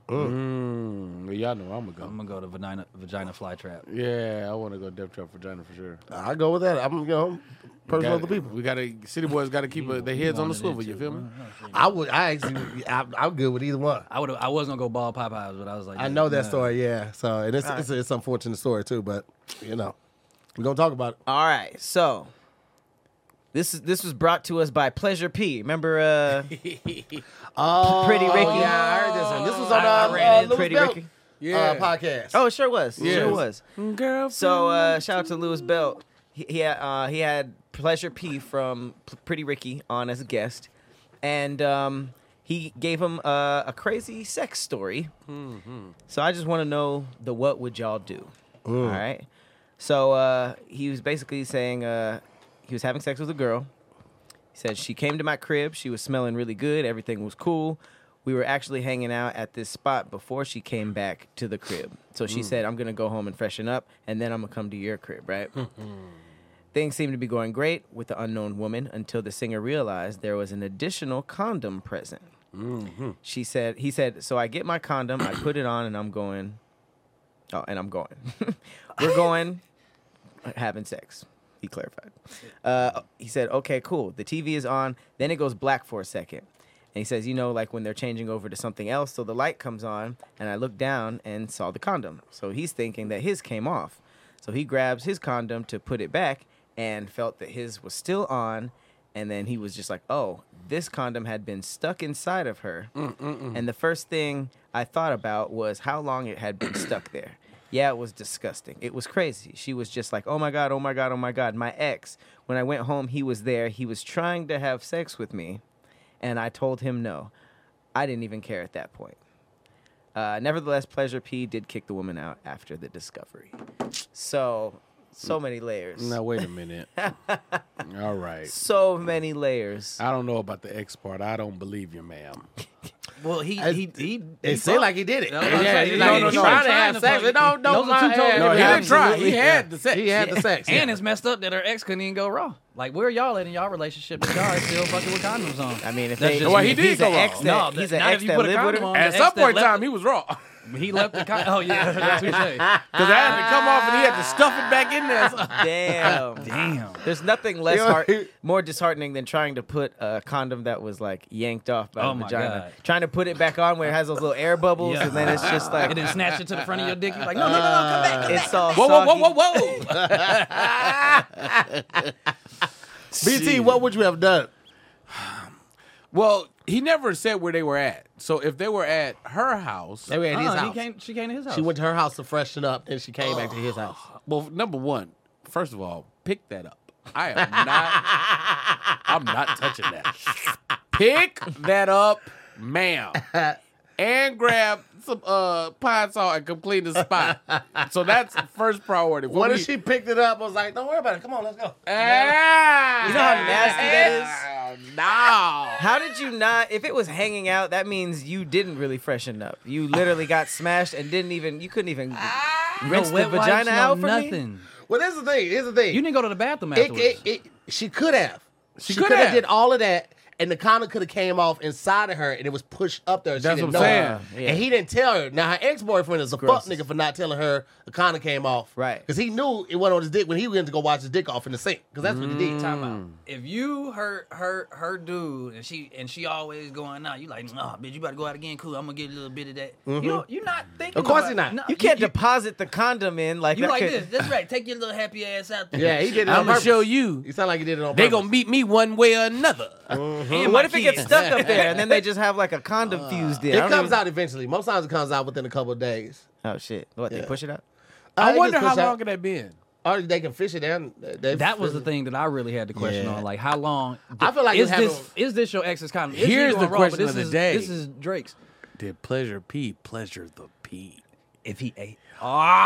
D: Mm, y'all know I'm gonna go.
B: I'm gonna go to vagina vagina fly trap.
D: yeah, I want to go Death Trap Vagina for sure.
A: I go with that. I'm you know, personal
D: Gotta-
A: to the people.
D: We gotta city boys gotta keep uh, their heads on the
B: wanted it
D: swivel. You
B: too.
D: feel me?
A: I would. I actually. I, I'm good with either one.
B: I would I was gonna go ball Popeyes, but I was like,
A: I know that
B: nah.
A: story. Yeah. So and it's it's, it's an unfortunate story too, but you know, we're gonna talk about it.
C: All right, so this is this was brought to us by Pleasure P.
A: [laughs]
C: Remember, uh, Pretty Ricky.
A: Oh, Yeah, I heard this one. This was on
C: Oh, I
A: uh,
C: ran
A: uh,
C: into
A: Louis
C: Pretty
A: Bell,
C: Ricky.
A: uh, podcast.
C: Oh, it sure was. It Sure
D: Yes.
C: was.
D: Girl,
C: So uh, shout out to Lewis Belt. He he had, uh, he had Pleasure P from P- Pretty Ricky on as a guest, and um, he gave him uh, a crazy sex story. So I just want to know the what would y'all do? All right. So uh, he was basically saying uh, he was having sex with a girl. He said she came to my crib. She was smelling really good. Everything was cool. We were actually hanging out at this spot before she came back to the crib. So she said, I'm going to go home and freshen up, and then I'm going to come to your crib, right? Things seemed to be going great with the unknown woman until the singer realized there was an additional condom present. She said, he said, so I get my condom, I put it on, and I'm going. Oh, and I'm going. [laughs] We're going having sex. He clarified. Uh, he said, okay, cool. The TV is on. Then it goes black for a second. And he says, you know, like when they're changing over to something else, so the light comes on, and I look down and saw the condom. So he's thinking that his came off. So he grabs his condom to put it back and felt that his was still on. And then he was just like, oh, this condom had been stuck inside of her. And the first thing I thought about was how long it had been stuck there. Yeah, it was disgusting. It was crazy. She was just like, oh my God, oh my God, oh my God. My ex, when I went home, he was there. He was trying to have sex with me. And I told him no. I didn't even care at that point. Uh, nevertheless, Pleasure P did kick the woman out after the discovery. So, so many layers.
D: Now wait
B: [laughs]
D: a minute. All right.
C: So many layers.
D: I don't know about the X part. I don't believe you, ma'am.
B: Well he
A: I-
B: he he,
A: It seemed like he did it.
B: No, I'm
A: yeah,
B: saying,
A: he's
B: he
A: like,
D: was
A: he's trying
D: trying
B: to
A: to have
B: fuck
A: sex.
B: you.
A: It don't, don't
B: Those are two
A: lie.
B: totally
D: No, he didn't try. He
A: Absolutely.
D: had the sex.
A: He had the sex.
B: and
A: yeah.
B: it's messed up that her ex couldn't even go raw. Like where y'all at in y'all relationship that y'all are still fucking with condoms on.
C: I mean, if
B: That's
C: they,
B: just
D: Well,
B: me.
D: he
C: if
D: did
C: he's
D: go
C: an ex
D: off.
C: that,
B: No,
C: he's
B: that-
C: an
B: not if
C: ex
B: you
C: that
B: put a
C: lived with
B: condom
C: her.
B: on.
D: At
B: the
D: some
B: ex that
D: point in
B: left it.
D: time, he was raw.
B: he left the con- oh yeah, [laughs] that's touche.
D: Because I had to come off and he had to stuff it back in there. So-
B: [laughs]
C: Damn.
B: Damn.
C: There's nothing less
A: You know,
C: heart,
A: he-
C: more disheartening than trying to put a condom that was like yanked off by
B: Oh
C: the
B: my
C: vagina.
B: God.
C: Trying to put it back on where it has those little air bubbles,
B: Yeah.
C: and then it's just
B: and
C: like
B: then snatch it to the front of your dick. You're like, no, no, no, no, come
A: Uh,
B: back. Come
C: it's all
B: Whoa, whoa, whoa,
C: soggy.
B: whoa, whoa!
A: BT, E what would you have done?
D: well, he never said where they were at. So if they were at her house,
A: They were at his
B: Uh-uh, he
A: house.
B: came, she came to his house.
A: She went to her house to freshen up, then she came back to his house.
D: Well, number one, first of all, pick that up. I am not. I'm not touching that. Pick that up, ma'am, and grab some uh, pine saw and come clean the spot. So that's first priority. What
A: When she picked it up, I was like, "Don't worry about it. Come on, let's go."
D: Ah,
C: You know how nasty that
D: is. No.
C: How did you not? If it was hanging out, that means you didn't really freshen up. You literally got smashed and didn't even. You couldn't even rinse
B: Ah. No
C: the
B: wet wipes,
C: vagina
B: no
C: out for
B: nothing.
C: me.
A: Well, here's the thing. Here's the thing.
B: You didn't go to the bathroom
A: it,
B: afterwards.
A: it, it, she could have. She,
D: could
A: could have
D: have.
A: did all of that, and the condom could have came off inside of her, and it was pushed up there. She
D: That's
A: didn't
D: what I'm
A: know.
C: saying.
A: And he didn't tell her. Now her ex boyfriend is a fuck
C: Gross.
A: nigga for not telling her the condom came off,
C: Right.
A: Because he knew it wasn't on his dick when he went to go watch his dick off in the sink. Because that's what he
D: Mm.
A: did.
B: Time out. If you her her her dude and she and she always going out, you like, oh bitch, you better go out again. Cool, I'm gonna get a little bit of that. You don't, you're not thinking.
A: Mm-hmm. Of course
B: about-
A: you're not.
B: no,
C: You can't deposit the condom in like
B: You,
C: that
B: like
C: could-
B: this? That's right. Take your little happy ass out there.
A: Yeah, he did it on
D: I'm gonna
A: purpose.
D: show you.
A: He sound like he did it on
D: They
A: purpose.
D: gonna meet me one way or another.
B: And
C: What
B: my
C: if it gets
B: kids.
C: stuck up there and
B: [laughs]
C: then they just have like a
A: Uh,
C: condom fused in? I
A: It
C: don't
A: comes
C: even-
A: out eventually. Most times it comes out within a couple of days.
C: Oh shit! What they push it out?
A: Uh, it
D: I
A: gets
D: wonder how
A: pushed out.
D: long it had been.
A: Or they can fish it down. They
B: That was the thing that I really had the question
A: Yeah.
B: on. Like, how long?
A: I feel like
B: is
A: you have
B: this is this your ex's condom? Is he
D: Here's
B: going
D: the
B: wrong, but
D: question
B: this
D: of the
B: is-
D: day.
B: This is Drake's.
D: Did pleasure pee pleasure the pee?
B: If he ate,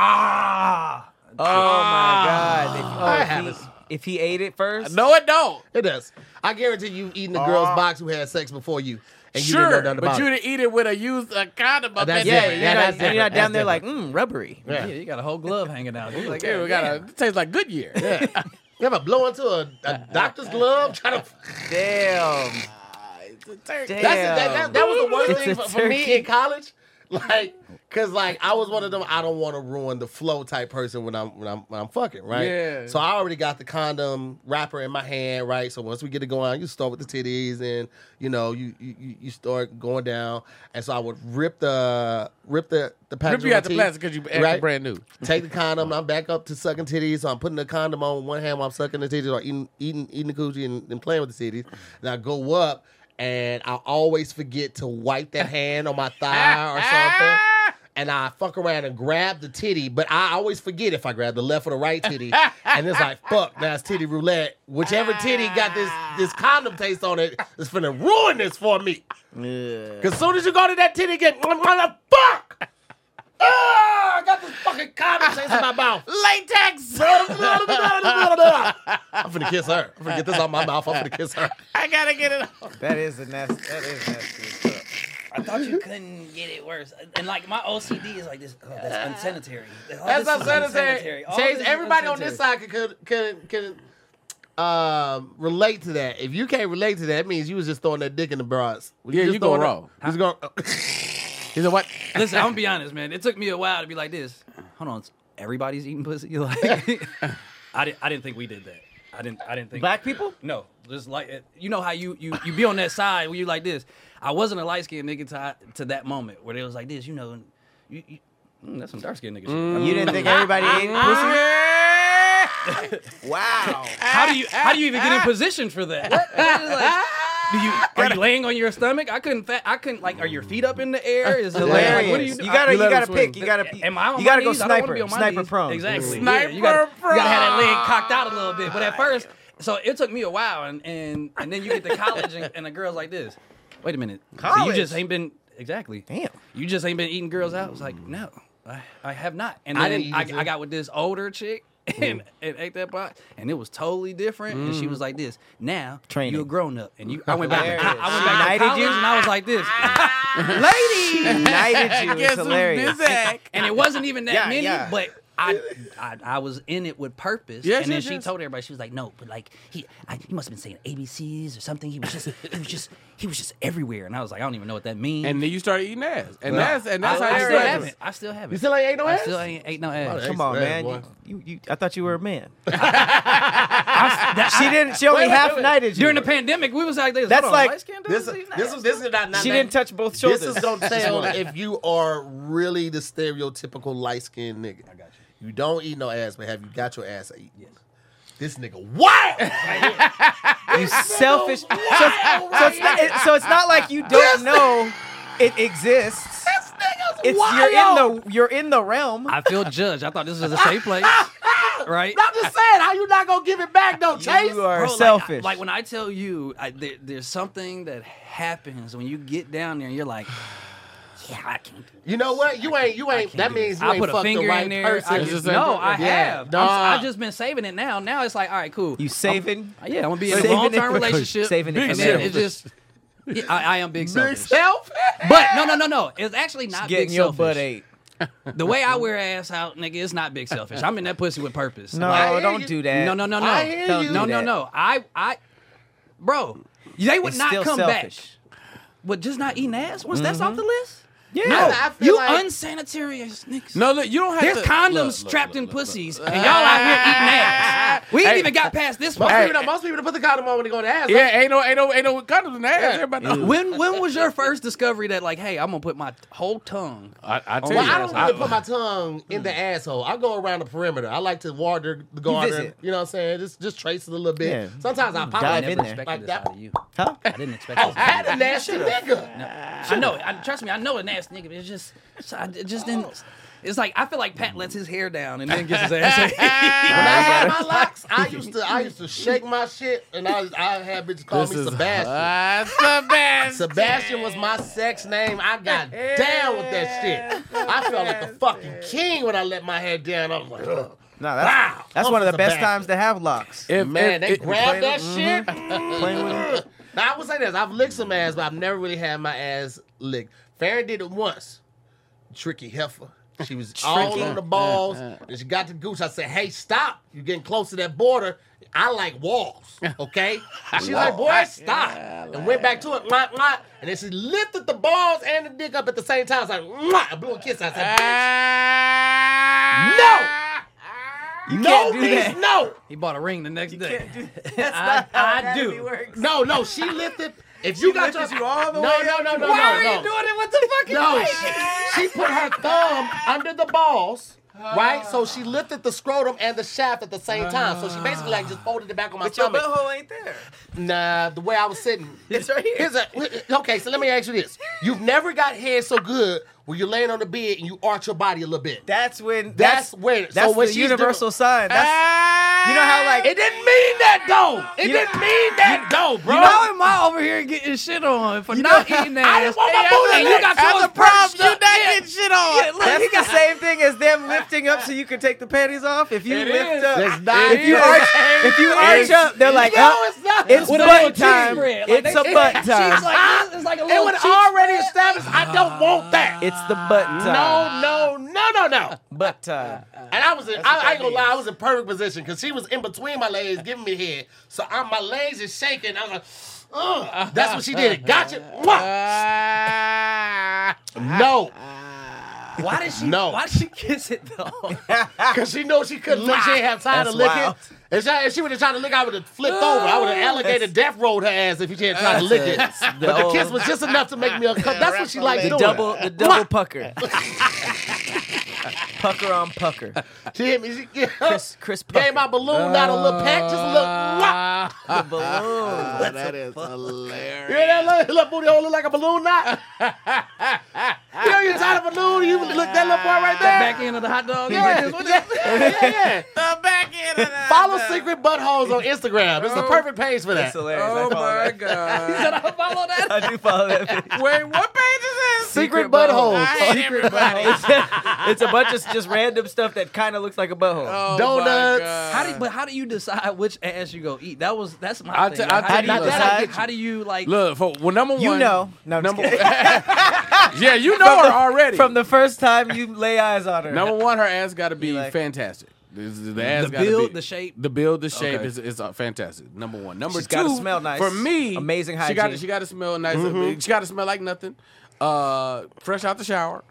B: ah,
C: Oh my god! If, oh,
A: I
C: if
A: have
C: he-
A: it.
C: if he ate it first,
D: No, it don't.
A: It does. I guarantee you eating the girl's box who had sex before you, and you
D: Uh, sure,
A: didn't know nothing
D: but
A: about
D: you
A: it.
D: didn't eat it with a used a condom. up
A: that's different.
D: in
C: yeah,
D: there.
C: you're
A: Yeah,
C: not,
A: that's
C: you're not
A: different.
C: down there
A: That's
C: like mm, rubbery.
B: yeah,
A: Yeah.
B: you got a whole glove hanging out. He's like,
D: Yeah, we got a. It tastes like Goodyear.
A: Yeah.
D: [laughs]
A: You ever blow into a,
C: [laughs]
A: a doctor's glove? Trying to,
C: Damn. Damn.
A: that's that, that, that was the worst
C: It's
A: thing
C: a
A: for, for me
C: turkey.
A: in college. Like, cause like I was one of them. I don't want to ruin the flow type person when I'm when I'm when I'm fucking right.
D: Yeah.
A: So I already got the condom wrapper in my hand, right? So once we get it going, you start with the titties, and you know you you, you- you start going down. And so I would rip the rip the the package.
D: Rip you
A: with
D: out
A: my
D: the
A: teeth,
D: plastic because you acting
A: right?
D: brand new.
A: Take the condom. I'm back up to sucking titties. So I'm putting the condom on with one hand while I'm sucking the titties or eating eating eating the coochie and, and playing with the titties. And I go up and I always forget to wipe that hand on my thigh Ah, or something.
D: Ah.
A: And I fuck around and grab the titty, but I always forget if I grab the left or the right titty. And it's like, fuck, now it's titty roulette. Whichever titty got this this condom taste on it is finna ruin this for me. Cause soon as you go to that titty again, motherfuck! Ah, I got this fucking condom taste in my mouth. [laughs]
D: Latex. [laughs]
A: I'm finna kiss her. I'm finna get this out my mouth. I'm finna kiss her.
D: I gotta get it. Off.
C: That is a nasty. That is nasty. as fuck.
B: I thought you couldn't get it worse. And like my OCD is like this. Oh, that's unsanitary. Oh,
A: That's
B: this is
A: what I'm saying.
B: All
A: Chase,
B: this is
A: everybody on this
B: unsanitary.
A: side can can can um, relate to that. If you can't relate to that, it means you was just throwing that dick in the bras.
D: Yeah,
A: just
D: you go
A: throwing it-
D: raw.
A: You was going.
D: You know [laughs] what?
B: Listen, I'm gonna be honest, man. It took me a while to be like this. Hold on, everybody's eating pussy. [laughs]
A: [laughs]
B: Like, I didn't. I didn't think we did that. I didn't. I didn't think
C: Black people?
B: No, just like it- you know how you you you be on that side where you like this. I wasn't a light skinned nigga to I- to that moment where they was like this. You know, you, you, mm, that's some dark skinned nigga shit.
C: You didn't think everybody ate
D: Mm-hmm.
C: pussy? Wow.
B: How do you how do you even get in position for that? Like, [laughs] do you are you laying on your stomach? I couldn't. Fa- I couldn't. Like, are your feet up in the air? Is it like,
C: Hilarious.
B: like what do you? do?
C: you gotta,
D: You
C: you,
D: let
C: gotta
D: him
C: pick.
D: swing.
C: You gotta,
B: Am I on
C: you
B: my
C: gotta go
B: knees? I don't wanna
C: sniper,
B: be on my
C: sniper
B: knees.
C: prone. Mm-hmm.
B: Exactly.
D: Sniper
B: you, gotta, you gotta have that leg
D: prone.
B: cocked out a little bit. But
C: [laughs]
B: at first, so it took me a while, and and, and then you get to college, and, and the girls like this. Wait a minute, So
C: College?
B: you just ain't been exactly.
C: Damn.
B: you just ain't been eating girls out. I was like, no, I, I have not. And
A: I
B: then
A: didn't
B: I,
A: eat
B: I,
A: it.
B: got with this older chick. [laughs]
C: Mm-hmm.
B: And, and ate that box, and it was totally different. And she was like, "This now,
C: Training.
B: you a grown up." And you, I
C: [laughs]
B: went back. I, I went back
C: Hilarious. She
B: to
C: knighted
B: college,
C: you?
B: and I was like, "This."
C: [laughs] Lady, knighted you. It's
D: Guess who's
C: hilarious.
D: Bizak?
B: and it wasn't even that
C: Yeah,
B: many,
C: yeah.
B: but I, I I was in it with purpose.
D: Yes,
B: and then
D: yes,
B: she
D: yes.
B: told everybody she was like, no, but like he I, he must have been saying ABCs or something. He was just he was just he was just everywhere, and I was like, I don't even know what that means.
D: And then you start eating ass, and that's and that's
B: I,
D: how
B: I
D: you
B: still
D: start.
B: haven't. I still haven't.
A: You still ain't ate no
B: I
A: ass.
B: still ain't ate no ass.
A: Come
C: Come on,
A: Hey,
C: man.
A: boy.
C: You, you, you, I thought you were a
B: [laughs]
C: man.
B: That-
C: She
B: I-
C: didn't. She only
A: wait, wait,
C: half
A: wait.
C: knighted you.
B: during the pandemic. We was like this.
C: That's
B: Hold on,
C: like-
B: light-skinned
A: This,
B: dudes
A: this,
B: eating ass?
A: this, is- this is not, not
C: She
A: not-
C: didn't touch both
A: [laughs]
C: shoulders.
A: This is
D: [laughs]
A: gonna tell if you are really the stereotypical light skinned nigga. I got you. You don't eat no ass, but have you got your ass eaten? Yes. This nigga
B: [laughs]
A: wild.
C: You selfish. So, it's- so, it's not, it- so it's not like you don't know it exists.
A: this nigga's
C: It's you're in the you're in the realm.
B: I feel judged. I thought this was a safe place, right?
A: I'm just saying, how you not gonna give it back though, Chase?
C: You are
B: Bro, like, I-
C: selfish.
B: Like, when I tell you, I, there, there's something that happens when you get down there and you're like, [sighs] yeah, I can't do it.
A: You know what? You ain't. You ain't. That
B: do
A: means
B: it.
A: you
B: I
A: ain't
B: put a
A: fucked
B: finger
A: the right
B: in there.
A: person.
B: I
D: It's
B: just,
D: the same
B: no,
D: person.
B: I
A: Yeah,
B: have. I'm s-
A: nah.
B: I've just been saving it now. Now it's like, all right, cool. Uh,
C: you saving.
B: yeah, I'm gonna be in a
C: saving it
B: long term
C: for-
B: relationship.
C: saving it
B: and
C: for
B: then
C: selfish.
B: it's just, yeah, I, I am big
A: Big
B: selfish.
A: self.
B: But no, no, no, no. It's actually not big
C: Getting your
B: selfish.
C: butt ate.
B: The way I wear ass out, nigga, it's not big selfish. I'm in that pussy with purpose.
C: No,
B: Like,
A: hear
C: don't
A: you.
C: do that.
B: no, no, no, no.
A: I hear
C: Don't
A: you.
B: No,
C: do
B: no,
C: that.
B: no. I, I, bro, they would
C: It's
B: not
C: still
B: come
C: selfish.
B: back. But just not eating ass once that's off the list.
C: Yeah.
B: Mm-hmm. No,
A: I feel
B: you
A: like-
B: unsanitary as niggas.
D: No, look, you don't have
B: There's
D: to.
B: condoms
D: look, look,
B: trapped
D: look,
B: in
D: look, look.
B: [laughs] pussies, and y'all out here eating ass. We ain't even got past this
A: Most
B: part.
A: people, don't, most people don't put the condom on when they go to ass.
D: Yeah, ain't no, ain't no, ain't no condoms in the ass. Everybody. know.
B: When when was your first discovery that like, hey, I'm gonna put my whole tongue?
D: I, I
B: Well,
D: tell you,
A: Oh, Well, I don't
D: I-
A: really
D: [laughs]
A: put my tongue in the asshole. I go around the perimeter. I like to wander the garden. You,
C: visit.
A: know what I'm saying? Just just trace it a little bit.
C: Yeah.
A: Sometimes I pop
C: Dive
A: it
C: in there.
B: expected
A: Like
B: this
A: that.
B: out of you.
C: Huh?
B: I didn't expect
A: Oh,
B: this. out
A: that
B: of
A: a
B: you.
A: nasty nigga.
B: I know it. I, trust me, I know a nasty nigga. But it's just, so I, it just didn't. It's like I feel like Pat lets his hair down and then gets his [laughs] ass.
A: When I had
C: [laughs]
A: my locks, I used to I used to shake my shit, and I was, I had bitches call me Sebastian.
D: Sebastian.
A: Sebastian was my sex name. I got down with that shit. I felt like the fucking king when I let my head down. I was like, Ugh.
C: No, that's,
B: Ah,
A: wow.
C: that's
A: I'm
C: one of the best
A: Sebastian.
C: times to
B: [laughs]
C: have locks.
D: If,
A: Man,
D: if-
A: they
D: if-
A: grabbed that shit.
C: Mm-hmm. Playing with 'em.
A: Now I would say this: I've licked some ass, but I've never really had my ass licked. Farron did it once. Tricky heifer. She
C: [laughs]
A: was all on the balls, and she got the goose. I said, "Hey, stop! You're getting close to that border. I like
C: [laughs]
A: walls, okay?" She's like, "Boy, stop!" and went back to it, mwah, mwah. and then she lifted the balls and the dick up at the same time. It's like, mwah. I blew a kiss. I said, "Bitch,
C: Ah. You
A: no, no,
C: can't do
A: means
C: that.
A: no."
B: he bought a ring the next day.
C: That's not how
B: I
C: [laughs] anatomy
B: do.
C: works.
A: No, no, she lifted. If you got
C: lifted
A: your,
C: you all the
A: no,
C: way
A: no,
C: up.
A: no, no,
C: Why
A: no,
C: are
A: no.
C: you doing it with the fucking
A: No,
C: thing?
A: she, she put her thumb under the balls, right? So she lifted the scrotum and the shaft at the same time. So she basically like just folded it back on my
C: But your
A: stomach.
C: butthole ain't there.
A: Nah, the way I was sitting.
C: It's right here.
A: Here's a, okay, so let me ask you this: You've never got head so good when you're laying on the bed and you arch your body a little bit.
C: That's when.
A: That's
C: That's,
A: when- so
C: That's
A: when
C: the
A: she's
C: universal
A: doing-
C: sign. That's, you know how
B: Ah,
C: like
A: it didn't mean that though. It
C: You-
A: didn't mean that though, bro.
B: You know, am I over here getting shit on for not eating that?
A: I didn't want my
B: ass?
A: booty
B: You got
A: licked.
B: yours
A: That's a
B: perched
A: problem.
B: up.
A: You not
B: Yeah.
A: getting
B: shit on. Yeah, look, he
C: That's
B: got
C: the same thing as them lifting up so you can take the panties off. If you
B: It
C: lift
B: is.
C: up,
A: It's not-
C: if you
A: it
C: arch,
A: is.
C: if you
A: It's-
C: arch up, they're like,
A: no,
C: oh,
A: it's not.
C: it's
B: With a little
C: butt
B: cheese
C: time.
B: bread. Like,
C: it's
B: they-
C: a
B: [laughs]
C: butt time.
B: She's like, this. it's like a
A: it
B: little
A: was
B: cheek
A: already
B: spread.
A: established. I don't want that.
C: it's the butt time.
A: no, no, no, no, no.
C: butt time.
A: And I was in,
C: what
A: I, I
C: that
A: ain't gonna lie,
C: means.
A: I was in perfect position because she was in between my legs giving me head. So I, my legs is shaking. I was like, Ugh. that's what she did. It gotcha.
C: [laughs]
A: Mwah. no,
B: Why did she?
A: No.
B: Why did she kiss it [laughs] though?
A: because she knows she couldn't lick. She ain't have time
C: That's
A: to lick
C: wild.
A: it. If she, if she would have tried to lick, I would have flipped over. I would have alligator death rolled her ass if she had tried to lick it.
C: That's a-
A: [laughs] But the
C: no.
A: kiss was just enough to make me
C: [laughs]
A: uncomfortable. That's what she likes
C: The
A: doing.
C: double, the double pucker. [laughs] pucker on pucker.
A: She hit me. She, [laughs]
C: Chris, Chris pucker.
A: gave my balloon not a little peck, just a little.
C: Uh,
A: Mwah.
C: The balloon.
D: that is hilarious.
A: You hear that little, little booty hole look like a balloon knot? you know, you're tired of balloon, you look that little boy right there.
B: Back end of the hot dog.
A: yeah, yeah, [laughs] yeah, yeah.
D: The back
A: [laughs]
D: end of [laughs] that.
A: Follow Secret Buttholes on Instagram. It's the perfect page for
C: That's
A: that.
C: hilarious.
D: Oh
C: I follow that.
A: [laughs]
B: Did I follow that?
C: I do follow that. page.
D: Wait, what page is this?
A: Secret
C: Secret Buttholes.
A: Buttholes.
D: I hate everybody.
C: [laughs] it's a bunch of just random stuff that kind of looks like a butthole.
D: Oh,
A: Donuts.
D: my God.
B: How do, but how do you decide which ass you go eat? That was that's my
D: I'll
B: thing.
D: tell-
B: Like,
D: I'll
B: how, do
D: tell
C: you
B: you
C: what.
B: decide, how do you like?
D: Look, for well, number one,
C: you know. No, I'm
A: [laughs]
C: just
D: number.
C: kidding.
D: [laughs] yeah, you know her
C: [laughs]
D: already.
C: From the first time you lay eyes on her.
D: number one, her ass got to be
C: You like-
D: fantastic. This is- The ass
B: The
D: gotta
B: build,
D: be-
B: the shape?
D: the build, the shape
B: Okay.
D: is, is uh, fantastic. Number one, number
C: She's
D: two,
C: gotta smell nice.
D: For me,
C: Amazing
D: She got
C: hygiene.
D: she got to smell nice. She got to smell like nothing. Uh, fresh out the shower,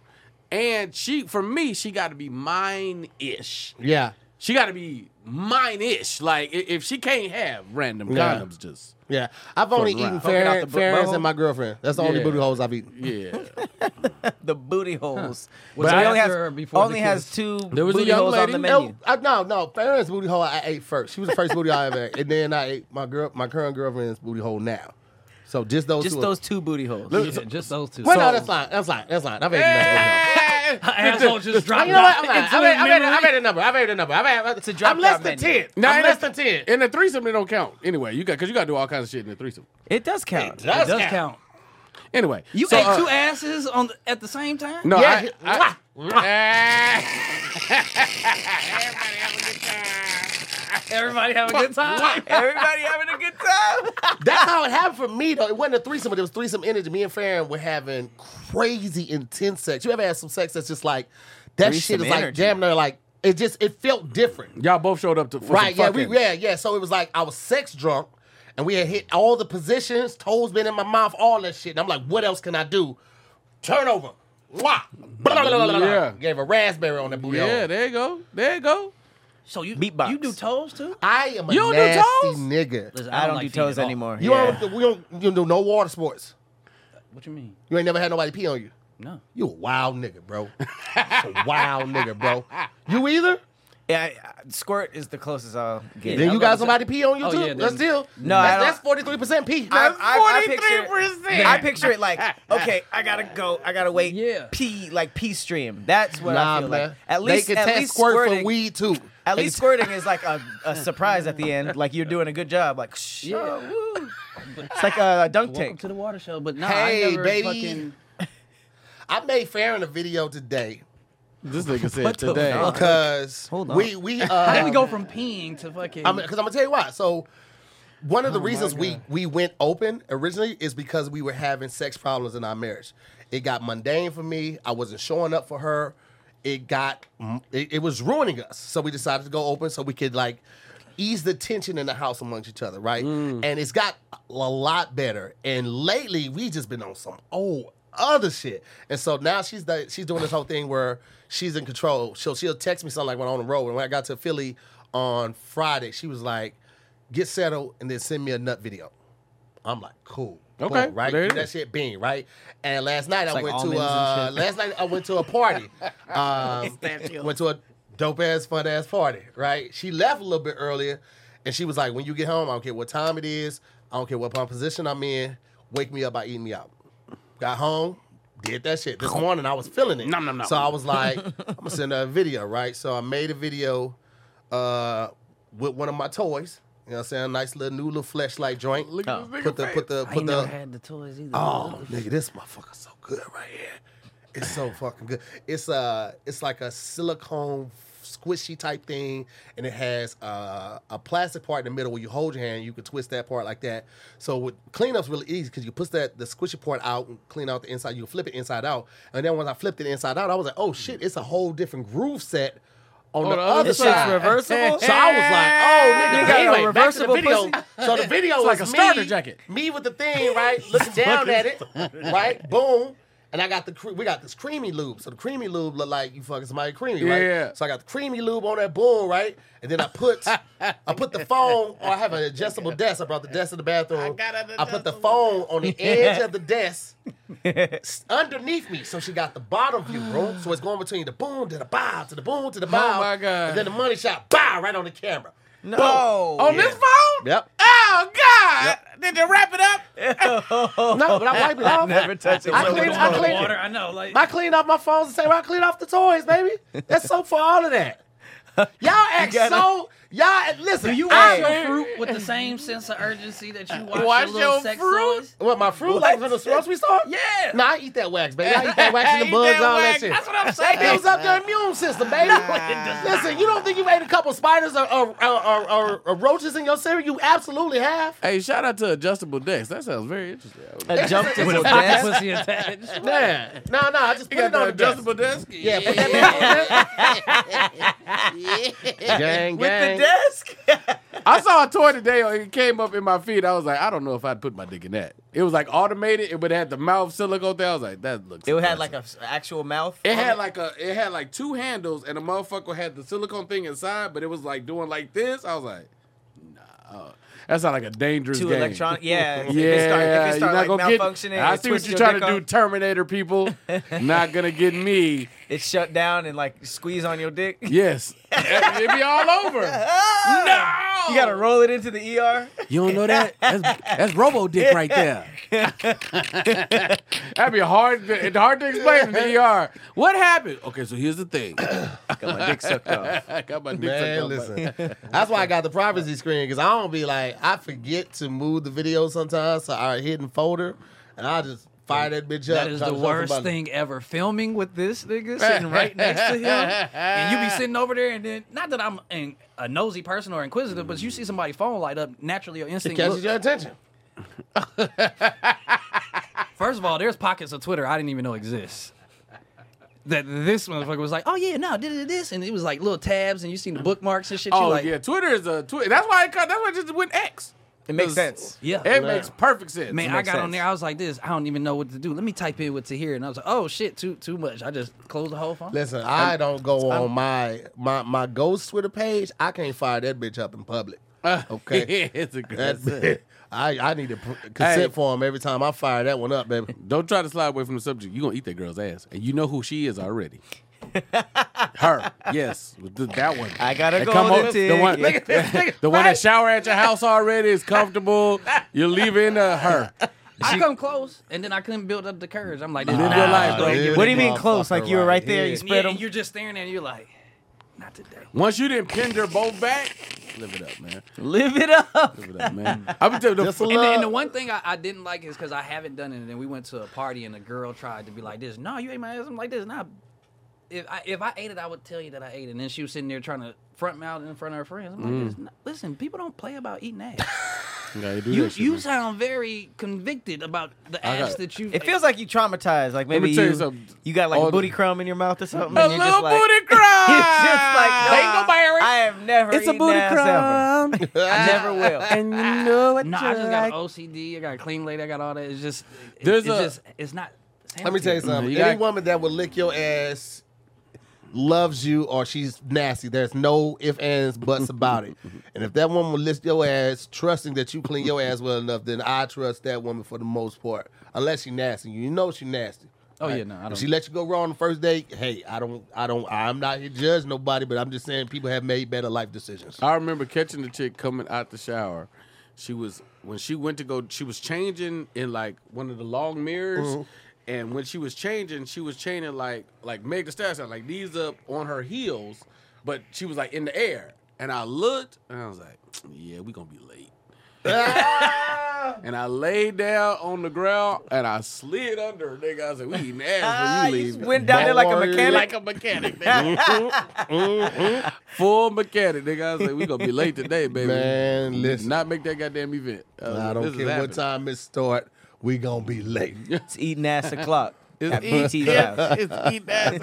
D: and she for me, she got to be mine ish.
A: Yeah.
D: She got to be mine ish. Like i- if she can't have random
A: Yeah.
D: condoms, just
A: Yeah. I've only
D: Fucking
A: eaten
D: round.
C: Poking out
A: Fer-
C: the bu-
A: Ferris
C: butthole?
A: and my girlfriend. That's the only
D: Yeah.
A: booty holes I've eaten.
D: yeah.
C: the booty holes.
B: Was
C: so
B: it
C: he only
B: after
C: has,
B: or before the
C: only has
B: kiss?
C: two
D: There was a
C: booty
D: young
C: holes
D: lady-
C: on the menu.
A: No, I, no, no. Ferris booty hole I ate first. She was the first booty hole I ever ate. And then I ate my girl, my current girlfriend's booty hole now. So just those
C: Just
A: two.
C: those two booty holes.
B: yeah, just those two.
A: Well, no,
B: So- [laughs]
A: that's fine. That's fine. That's fine. I've eaten that booty hole.
B: Her asshole just dropped.
A: You know what?
B: out.
A: I'm lying.
B: It's
A: I've
B: in
A: had, I've, had,
B: memory.
A: I've had a number. I've had a number. I've had, uh,
C: a drop
A: I'm less
C: down
A: than
C: menu.
A: 10.
D: Now,
A: I'm
D: in
A: less
D: a-
A: than 10.
D: In a threesome, it don't count anyway. You got because you got to do all kinds of shit in a threesome.
C: It does count.
B: It does count.
D: Anyway,
B: You
D: so,
B: ate
D: uh,
B: two asses on the, at the same time.
D: No,
A: Yeah.
D: I, I,
A: Mwah.
B: Everybody have a good time.
C: [laughs] Everybody having a good time.
A: That's how it happened for me, though. It wasn't a threesome, but it was threesome energy. Me and Farron were having crazy intense sex. You ever had some sex that's just like, that
C: Threesome
A: shit is like
C: energy.
A: damn near like, it just, it felt different.
D: y'all both showed up to for
A: Right,
D: Some
A: yeah,
D: fucking.
A: we, yeah, yeah. So it was like I was sex drunk, and we had hit all the positions, toes been in my mouth, all that shit. And I'm like, what else can I do? Turnover. Wah. Blah, blah, blah, blah, blah.
D: Yeah.
A: Gave a raspberry on that booty. hole.
D: Yeah, there you go, there you go.
B: So you
C: Beatbox.
B: you do toes too?
A: I am a
D: You don't do
A: nasty
D: toes?
A: nigga.
B: Listen,
C: I don't
B: like
C: do
B: feet at
C: toes
B: all.
C: anymore.
A: You
C: Yeah.
A: don't, we don't, you don't do no water sports.
B: What you mean?
A: You ain't never had nobody pee on you.
B: No.
C: [laughs]
A: You a wild nigga, bro. Just a wild nigga, bro. You either?
C: Yeah, I- squirt is the closest I'll get.
A: Then
B: I
A: you
B: was
A: got
B: about to
A: somebody pee on you
B: Oh,
A: too.
B: yeah,
A: Let's
B: then-
A: deal.
C: No, I don't-
A: that's forty three percent pee.
C: I- I- I picture-
D: 43%.
C: I picture
B: [laughs]
C: it like, okay, I gotta go, I gotta wait.
B: Yeah.
C: Pee like pee stream. That's what I
A: nah,
C: feel
A: man.
C: like. At least,
A: they can
C: at
A: test
C: least
A: squirt
C: squirting.
A: for weed too.
C: At
A: They
C: least
A: can-
C: squirting is like a, a surprise at the end. Like you're doing a good job. Like, shh.
B: Yeah.
C: It's like a, a dunk
B: Welcome
C: tank.
B: to the water show, but nah, I
A: Hey,
B: never
A: baby.
B: fucking.
A: I made Farron a video today
D: This nigga said
B: What the
D: today.
B: fuck?
A: because
C: Hold on.
A: we we uh, [laughs]
B: How did we go from peeing to fucking?
A: I'm because I'm gonna tell you why. So one of the reasons we we went open originally is because we were having sex problems in our marriage. It got mundane for me. I wasn't showing up for her. It got it, it was ruining us. So we decided to go open so we could like ease the tension in the house amongst each other, right? And it's got a lot better. And lately we just been on some old other shit. And so now she's the, she's doing this whole thing where she's in control. She'll she'll text me something like when I'm on the road. And when I got to Philly on Friday, she was like, "Get settled and then send me a nut video." I'm like, "Cool."
D: Okay,
A: Boom, right?
D: there it
A: Keep that
D: is.
A: shit being right. And last night I
C: like
A: went to
C: almonds and
A: uh,
C: shit.
A: last night I went to a party. Um, went to a dope ass fun ass party. Right? She left a little bit earlier, and she was like, "When you get home, I don't care what time it is. I don't care what position I'm in. Wake me up by eating me out." Got home, did that shit. This morning I was feeling it.
F: Nom, nom, nom.
A: So I was like, I'm gonna send her a video, right? So I made a video uh, with one of my toys. You know what I'm saying? Nice little new little fleshlight joint. Look
C: at
A: this put the put the
B: I ain't
A: put
B: never
A: the
B: had the toys either.
A: Oh nigga, this motherfucker so good right here. It's [laughs] so fucking good. It's uh it's like a silicone squishy type thing, and it has uh, a plastic part in the middle where you hold your hand. You can twist that part like that. So with cleanup's really easy because you push that the squishy part out and clean out the inside. You can flip it inside out, and then when I flipped it inside out, I was like, oh shit, it's a whole different groove set. On Oh, the,
D: the other
A: other
D: This shit's
A: side,
D: reversible?
A: So I was like, "Oh, nigga,
D: You got a
A: anyway, back to the
D: reversible
A: video.
D: pussy?
A: So the video was
D: It's like a starter
A: me,
D: jacket.
A: me with the thing,
D: [laughs]
A: right? Looking down at it, right? Boom. And I got the cre- we got this creamy lube. So the creamy lube look like you fucking somebody creamy, right?
D: Yeah.
A: So I got the creamy lube on that boom, right? And then I
D: [laughs]
A: put I put the phone. Or I have an adjustable desk. I brought the desk to the bathroom. I,
D: got an
A: put the phone on
D: [laughs]
A: the edge of the desk s- underneath me. So she got the bottom view, bro. So it's going between the boom to the bow to the boom to the bow.
D: Oh my God.
A: And then the money shot bow right on the camera.
C: No.
A: Oh,
D: On this phone?
A: Yep.
D: Oh God! Did you wrap it
C: [laughs]
D: up?
A: No, but I wiped it off.
C: Never touch it.
A: I
C: with
A: clean-
C: a
A: I
C: wand.
A: clean-
B: water. I know, like
A: I clean off my phones the same way I clean off the toys, baby. That's so for all of [laughs] that. Y'all act
C: gotta-
A: so y'all listen.
B: Do you
A: I,
B: wash your fruit with the same sense of urgency that you wash,
D: Wash
B: your, little
D: your
B: sex
D: fruit?
B: toys?
A: what my fruit like from the grocery store? Yeah. Nah, I eat that wax, baby. I eat that wax and the
D: [laughs] Eat
A: bugs,
D: that
A: all that
D: wax.
A: shit.
D: That's what I'm
A: That
D: saying.
A: builds up your immune system, baby. Listen, you don't think you ate a couple spiders or, or, or, or, or roaches in your cereal? You absolutely have.
D: Hey, shout out to adjustable decks. That sounds very interesting. I
C: I jumped into a
B: Pocket
C: desk.
B: pussy attached.
A: Yeah. No, no, I just put
D: got
A: it
D: the
A: on the desk.
D: adjustable desk.
A: Yeah, put
C: [laughs]
A: that back on there. Gang,
C: With the
A: gang.
C: desk?
D: I saw a toy today. It came up in my feed. I was like, I don't know if I'd put my dick in that. It was like automated. It would have the mouth silicone thing. I was like, that looks.
C: It had like
D: impressive.
C: an actual mouth.
D: It had like a it had like two handles and the motherfucker had the silicone thing inside, but it was like doing like this. I was like, nah, that sounds like a dangerous
C: Two
D: game.
C: electronic. Yeah. If
D: Yeah,
C: it start, if it
D: you're
C: start
D: not
C: like
D: gonna
C: malfunctioning,
D: get. I
C: and
D: see what
C: twist
D: you're
C: your
D: trying to
C: dick
D: do,
C: off, [laughs]
D: Terminator people. not gonna get me.
C: It shut down and like squeeze on your
D: [laughs]
C: dick. You
D: Yes, it'd be all over. no,
C: gotta roll it into the ER.
D: You don't know that? That's, that's Robo Dick right [laughs] there. That'd be hard. To, it's hard to explain in the ER. What happened? Okay, so here's the thing.
C: [coughs] Got my dick sucked off.
D: I [laughs] got my dick
A: Man,
D: sucked up.
A: listen. That's why I got the privacy screen because I don't be like I forget to move the video sometimes to our hidden folder, and I just fire that bitch up.
D: [laughs]
B: That is
A: try
B: the
A: to show
B: worst
A: somebody.
B: thing ever. Filming with this nigga sitting right next to him, and
D: [laughs]
B: you be sitting over there, and then not that I'm an, a nosy person or inquisitive, but you
D: Mm.
B: see somebody's phone light up, naturally your
A: It
B: instinct.
A: catches
B: look-
A: your attention.
B: First of all, there's pockets of Twitter I didn't even know exist. That this motherfucker was like, oh yeah, no, did it this, and it was like little tabs, and you seen the bookmarks and shit. You
D: Oh
B: like,
D: yeah, Twitter is a Twitter. That's why I cut. That's why I just went X.
C: It makes sense.
B: yeah.
D: It makes perfect sense.
B: Man,
C: Makes
B: I got on
C: sense.
B: there. I was like, "This, I don't even know what to do. Let me type in what to hear." And I was like, "Oh shit, too too much." I just closed the whole phone.
A: Listen, I don't go on my my my ghost Twitter page. I can't fire that bitch up in
D: [laughs]
A: public.
C: [laughs]
A: Okay,
D: Uh, it's a good.
A: that, I I need a p- consent form every time I fire that one up, baby.
C: [laughs]
D: Don't try to slide away from the subject. You gonna eat that girl's ass, and you know who she is already. Her, yes, with th- that one.
C: I got a
D: That come
C: golden
D: up- the one,
C: ticket.
D: [laughs] the one that shower at your house
C: [laughs]
D: already is comfortable. You're leaving uh, her.
B: I come close, and then I couldn't build up the courage. I'm like,
D: Live
B: nah,
D: your
A: Ah,
D: life, bro.
B: Yeah,
C: What do you mean close? Like you were right there, you
A: here.
C: spread them.
B: you're just staring at it. You're like, not today.
D: Once you didn't pin her both back, live it up, man.
C: Live it up.
D: Live it up, man. I'm telling you,
A: Just a
D: the-
B: And the,
A: little-
B: and the one thing I, I didn't like is because I haven't done it, and then we went to a party, and the girl tried to be like this. No, you ate my ass. I'm like this. Nah. If I if I ate it, I would tell you that I ate it. And then she was sitting there trying to front mouth in front of her friends. I'm like, this, no- listen, people don't play about eating ass.
D: Yeah, you do
B: you
D: that shit,
B: you
D: man.
B: sound very convicted about the
D: I
B: ass
D: got-
B: that you.
C: It feels like you traumatized. Like
D: Let me
C: maybe
D: tell you
C: you,
D: something.
C: you got like a
D: All the-
C: booty crumb in your mouth or something.
D: a
C: and you're
D: little
C: just like, [laughs]
D: booty cry.
C: It's just like nah, I have never.
D: It's a
C: eaten
D: booty
C: ass ever.
D: cry.
C: [laughs] I never
D: [laughs]
C: will.
D: and you know what
B: No, I just got OCD. I got a clean lady. I got all that. It's just, it-
D: There's
B: it's
D: a-
B: just, it's not.
A: Let me tell you something.
D: you
A: Any
D: got-
A: woman that will lick your ass loves you or she's nasty. There's no if, ands, buts about it. And if that woman will lick your ass, trusting that you clean your ass well enough, then I trust that woman for the most part. Unless she nasty. You know she nasty.
B: Oh, yeah, no, I don't-
A: If she let you go wrong on the first date, hey, I don't, I don't, I'm not here to judge nobody, but I'm just saying people have made better life decisions.
D: I remember catching the chick coming out the shower. She was when she went to go. She was changing in like one of the long mirrors,
C: Mm-hmm.
D: and when she was changing, she was changing like like Meg the Stallion, like knees up on her heels, but she was like in the air. And I looked, and I was like, "Yeah, we gonna be
C: [laughs]
D: late." and I laid down on the ground, and I slid under. Nigga, I was like, "We eating ass
C: Ah,
D: when you
C: you
D: leave."
C: went down there like a mechanic.
D: like a mechanic, nigga. Full mechanic, nigga. I was like, we gonna be late today, baby.
A: Man, listen.
D: not make that goddamn event. I was
A: I
D: like,
A: don't
D: this is
A: care what
D: happening.
A: time it start, we gonna be late.
C: it's eating
D: [laughs]
C: ass o'clock at
D: eat-
C: BT's
D: yeah,
A: [laughs]
C: house.
D: It's eat that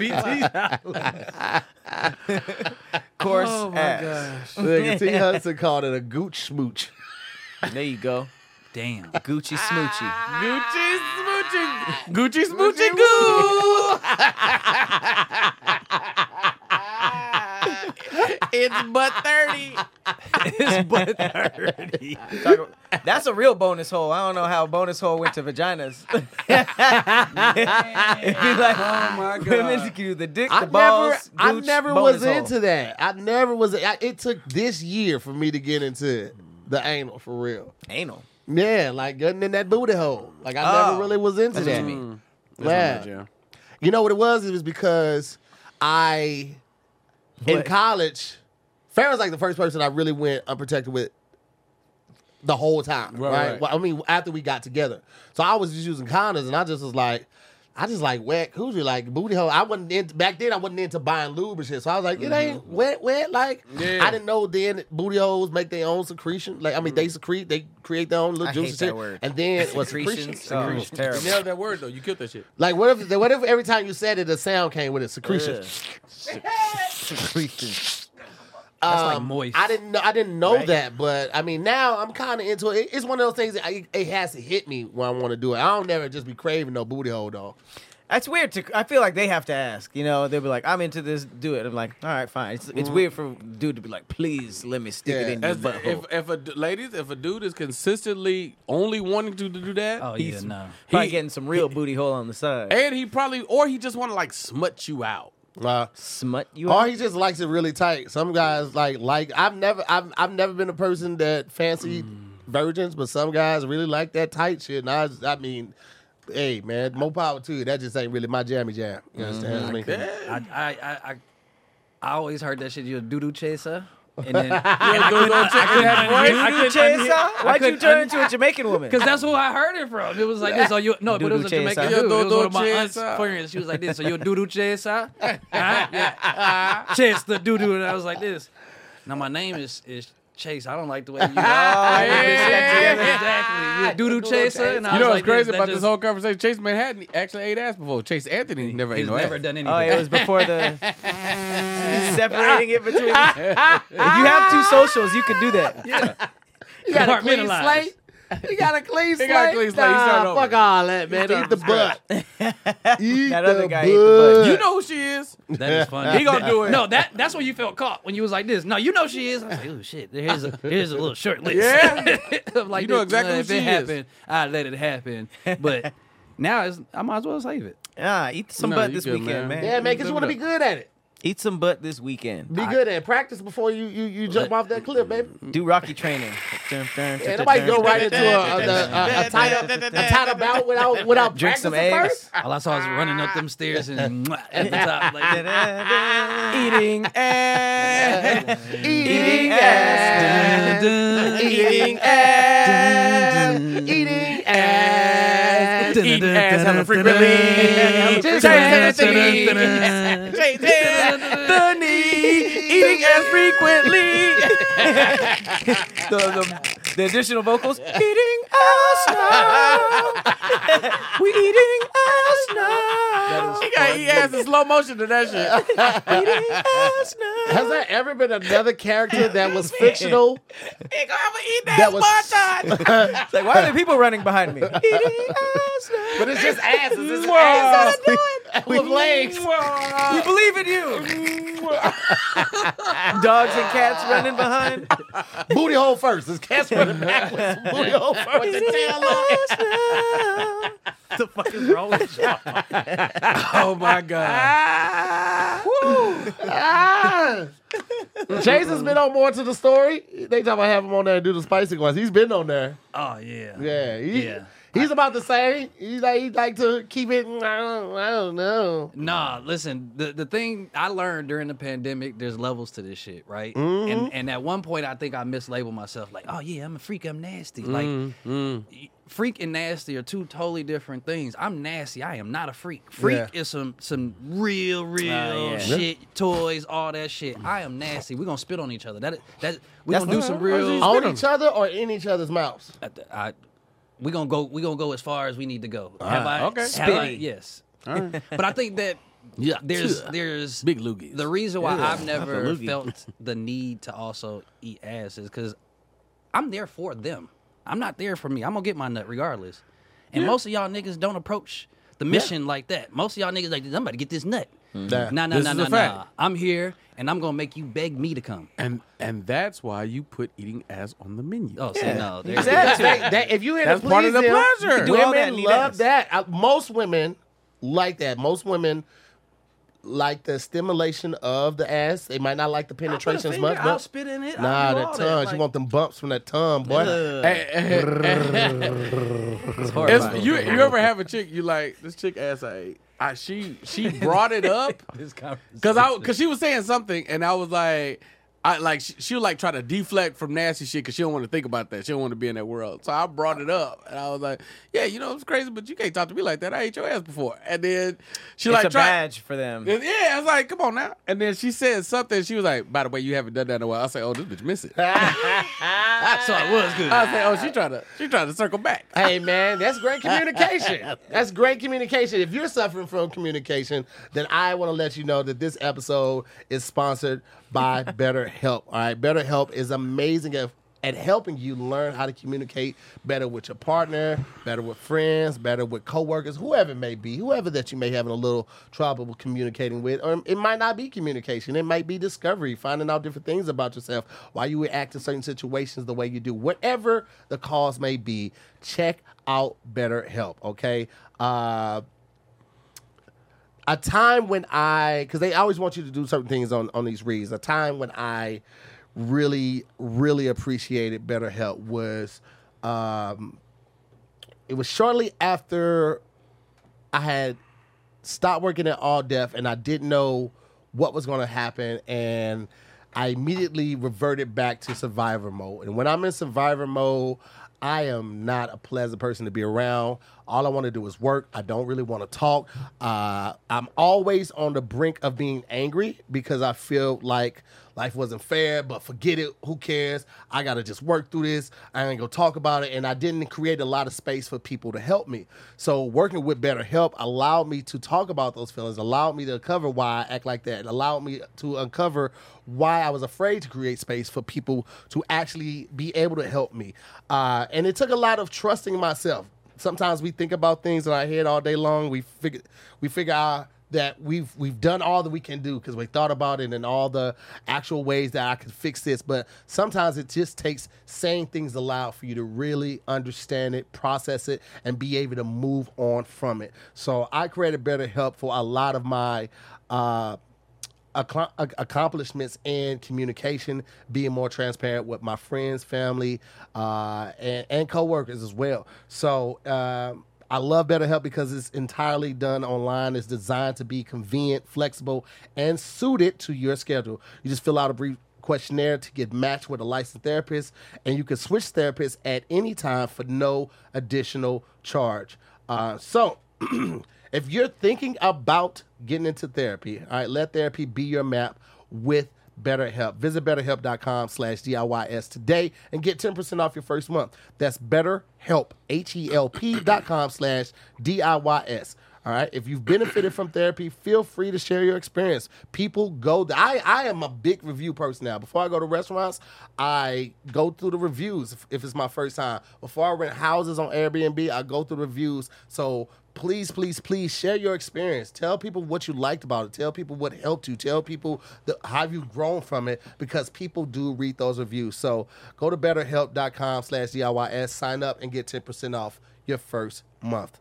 C: Course ass.
A: Look, T Hudson called it a gooch smooch.
C: There you go.
B: Damn.
C: Gucci
D: Ah.
C: smoochie.
D: Gucci smoochie, Gucci smoochie
C: [laughs]
D: goo. [laughs] it's but thirty.
C: Talk- That's a real bonus hole. I don't know how bonus hole went to vaginas. [laughs] It'd be like, oh
A: [laughs]
D: my God.
C: Women can do the dick, the
A: I
C: balls.
A: never, I
C: gooch,
A: never
C: bonus
A: was
C: hole.
A: into that. I never was. I, it took this year for me to get into the anal for real.
C: anal.
A: Yeah, like getting in that booty hole. Like I
C: Oh,
A: never really was into
C: that's what
A: that.
C: you
A: Yeah. You know what it was? It was because I, in
C: What?
A: college, Farrah's like the first person I really went unprotected with the whole time.
D: Right,
A: Right.
D: right.
A: Well, I mean, after we got together. So I was just using condoms and I just was like, I just like wet coochie, like booty hole. I wasn't into, back then, I wasn't into buying lube and shit. So I was like, it ain't
C: Mm-hmm.
A: wet, wet. Like,
D: Yeah.
A: I didn't know then booty holes make their own secretion. Like, I mean, they secrete, they create their own little
C: Mm. I
A: juice and
C: hate that
A: shit.
C: word.
A: And then, well, secretion.
C: Secretions. Oh, it's terrible.
D: You nailed that word though. You killed that shit.
A: Like what if what if every time you said it, the sound came with it? Secretion.
C: Ugh.
B: That's like
A: Um,
B: moist.
A: I didn't know. I didn't know that, but I mean, now I'm kind of into it. It's one of those things that I, it has to hit me when I want to do it. I don't never just be craving no booty hole though.
C: That's weird. To I feel like they have to ask. You know, they'll be like, "I'm into this. Do it." I'm like, "All right, fine." It's, it's weird for dude to be like, "Please let me stick
A: Yeah.
C: it in your
D: As
C: butthole."
D: if if a d- ladies, if a dude is consistently only wanting to do that,
B: Oh, yeah, no.
C: Probably
D: he-
C: getting some real booty hole on the side.
D: and he probably or he just want to like smut you out.
A: Uh,
C: Smut you.
A: or
C: out.
A: he just likes it really tight. Some guys like like I've never I've I've never been a person that fancied
B: Mm.
A: virgins, but some guys really like that tight shit. And I was- I mean, hey man, more power to you. That just ain't really my jammy jam. You understand
B: Mm-hmm.
A: what I mean?
B: I, I, I, I, I always heard that shit. You're a doo doo chaser. And
D: [laughs]
B: then, yeah,
C: You chaser? Why'd you turn into a Jamaican woman?
B: Because that's who I heard it from. It was like this. So you no, but it was a
C: Doo-doo
B: Jamaican
C: chaser.
B: dude. It was one of my
D: Doo-doo
B: aunt's
D: chaser.
B: friends. She was like this. So you're a doo doo chaser, Huh? yeah. chase the doo doo, and I was like this. Now my name is is Chase. I don't like the way you. Oh, exactly. You're a doo doo chaser. And I
D: You know
B: was
D: what's
B: like
D: crazy
B: this. That
D: about this
B: just-
D: whole conversation? Chase Manhattan actually ate ass before. Chase Anthony never ate
B: He's
D: no
B: never
D: ass.
B: done anything.
C: Oh, it
B: [laughs]
C: was before the separating it between. if you have two socials, you could do that.
B: You got a clean slate.
A: He got a clean slate.
D: got a clean slate. He started
A: Nah,
D: over.
A: fuck all that, man.
D: started
A: Eat the
D: from scratch.
A: butt. [laughs] Eat
C: That
A: the
C: other guy ate the butt.
D: You know who she is.
B: That is funny.
D: He gonna do it.
B: No, that that's when you felt caught when you was like this. No, you know she is. I was like, oh shit, here's a here's a little short list.
D: Yeah.
B: [laughs] I'm like,
D: You
B: this,
D: know exactly
B: nah,
D: who
B: if
D: she
B: it
D: is.
B: happened, I let it happen. But Now it's, I might as well save it.
C: Ah, eat some
G: No,
C: butt
G: you
C: this
G: good,
C: weekend, man.
G: man.
A: Yeah, man, because you want to be good at it.
C: Eat some butt this weekend.
A: Be good at it. Practice before you you, you jump off that cliff, baby.
C: Do Rocky training. Dun, dun,
A: Yeah,
C: dun,
A: nobody
C: dun,
A: go
C: dun.
A: right into a, a, a, a, a tight up
C: [laughs]
A: a tight up out without without
C: Drink
A: practicing
C: some eggs.
A: first.
B: All I saw was running up them stairs
D: [laughs]
B: and mwah, at the top like that.
C: [laughs] Eating ass.
A: Eating
C: ass.
A: eating ass, eating ass.
D: Eat ass hella frequently.
A: Just
D: Change
A: dancing.
D: everything.
C: the knee. Eating ass
A: [laughs]
C: frequently. the, the, the additional vocals. [laughs] Eating
A: [laughs]
C: ass now. we eating ass now.
G: He got he ass in slow motion to that
B: [laughs]
G: shit.
C: Eating ass now.
A: Has there ever been another character that
C: [laughs]
A: was fictional? That was,
C: It's like, why are there people running behind me? Eating ass now.
A: but [laughs] it's just asses. It's asses with legs.
C: We believe in
B: [laughs]
C: you. Dogs and cats running behind.
A: Booty hole first. It's cats running backwards. Booty hole first.
B: [laughs]
C: the fuck is wrong with you?
G: [laughs] Oh my god.
A: Ah. Jason's been on more to the story. They talk about have him on there and do the spicy ones. He's been on there.
B: Oh yeah.
A: Yeah. He,
B: Yeah.
A: He's about the same. He's like, he'd like to keep it. I don't, I don't know.
B: Nah, listen. The the thing I learned during the pandemic, there's levels to this shit, right? And and at one point, I think I mislabeled myself like, oh yeah, I'm a freak, I'm nasty. Like, y- freak and nasty are two totally different things. I'm nasty. I am not a freak. Freak
A: Yeah.
B: is some some real real
C: yeah.
B: shit, toys, all that shit. I am nasty. We are gonna spit on each other. That that we
C: That's
B: gonna do
C: not-
B: some
C: why is
B: real.
A: On each other or in each other's mouths?
B: I, I- we gonna go. We gonna go as far as we need to go. Have I?
G: okay.
B: have I-
C: Spitty.
B: yes. But I think that
G: [laughs] Yeah. [laughs]
B: there's there's
G: Big loogies.
B: The reason why I've never
C: loogie.
B: felt the need to also eat ass is because I'm there for them. I'm not there for me. I'm gonna get my nut regardless. And most of y'all niggas don't approach the mission like that. Most of y'all niggas like, I'm about to get this nut.
A: Nah.
B: Nah, nah,
G: Mm. This
B: nah,
G: is
B: nah,
G: a fact.
B: nah. I'm here and I'm gonna make you beg me to come.
G: and and that's why you put eating ass on the menu.
B: Oh, see, no. There you go.
C: Exactly.
A: That- that- if you had
G: That's
A: to
G: part of the
A: please them,
G: pleasure. You can
C: do all that
A: Women
C: and eat
A: love
C: ass.
A: that. Uh, most women like that. Most women like the stimulation of the ass. They might not like the penetration as much,
B: I'll
A: but
B: spit in it.
A: nah,
B: I'll do
A: that
B: all
A: tongue.
B: That.
A: you want them bumps from that tongue, boy.
G: Eh, eh, eh, eh.
B: It's
G: It's-
B: horrifying.
G: you you
B: [laughs]
G: ever have a chick you like this chick ass I ate. I she she brought it
B: [laughs]
G: up
B: This conversation.
G: Cause I, cause she was saying something, and I was like, I like she, she would like try to deflect from nasty shit, cause she don't want to think about that. She don't want to be in that world. So I brought it up, and I was like, yeah, you know, it's crazy, but you can't talk to me like that. I ate your ass before, and then she
C: It's
G: like
C: a
G: tried-
C: badge for them.
G: And yeah, I was like, come on now. And then she said something. She was like, by the way, you haven't done that in a while. I said, oh, this bitch
A: [laughs]
G: miss it. I
B: so it was good.
G: said, oh, she tried to, she tried to circle back.
A: Hey man, that's great communication. That's great communication. If you're suffering from communication, then I want to let you know that this episode is sponsored by BetterHelp. All right, BetterHelp is amazing at, at helping you learn how to communicate better with your partner, better with friends, better with coworkers, whoever it may be, whoever that you may have a little trouble with communicating with, or it might not be communication. It might be discovery, finding out different things about yourself, why you react to certain situations the way you do. Whatever the cause may be, check out BetterHelp. Okay. Uh, a time when I, because they always want you to do certain things on on these reads. A time when I really, really appreciated BetterHelp was, um, it was shortly after I had stopped working at All Deaf, and I didn't know what was going to happen, and I immediately reverted back to survivor mode. And when I'm in survivor mode, I am not a pleasant person to be around. All I want to do is work. I don't really want to talk. Uh, I'm always on the brink of being angry because I feel like life wasn't fair, but forget it. Who cares? I got to just work through this. I ain't going to talk about it. And I didn't create a lot of space for people to help me. So working with BetterHelp allowed me to talk about those feelings, allowed me to uncover why I act like that, and allowed me to uncover why I was afraid to create space for people to actually be able to help me. Uh, and it took a lot of trusting myself sometimes we think about things in our head all day long. We figure we figure our that we've we've done all that we can do because we thought about it and all the actual ways that I could fix this. But sometimes it just takes saying things aloud for you to really understand it, process it, and be able to move on from it. So I created BetterHelp for a lot of my uh, accom- ac- accomplishments in communication, being more transparent with my friends, family, uh, and, and coworkers as well. So um, I love BetterHelp because it's entirely done online. It's designed to be convenient, flexible, and suited to your schedule. You just fill out a brief questionnaire to get matched with a licensed therapist, and you can switch therapists at any time for no additional charge. Uh, so, [clears throat] if you're thinking about getting into therapy, all right, let therapy be your map with BetterHelp. Visit betterhelp.com slash DIYS today and get 10% off your first month. That's betterhelp, H-E-L-P dot com slash DIYS. All right. If you've benefited from therapy, feel free to share your experience. People go. I I am a big review person now. Before I go to restaurants, I go through the reviews. If, if it's my first time, before I rent houses on Airbnb, I go through the reviews. So please, please, please share your experience. Tell people what you liked about it. Tell people what helped you. Tell people the, how you've grown from it because people do read those reviews. So go to betterhelp.com slash DIYS, sign up, and get 10% off your first month.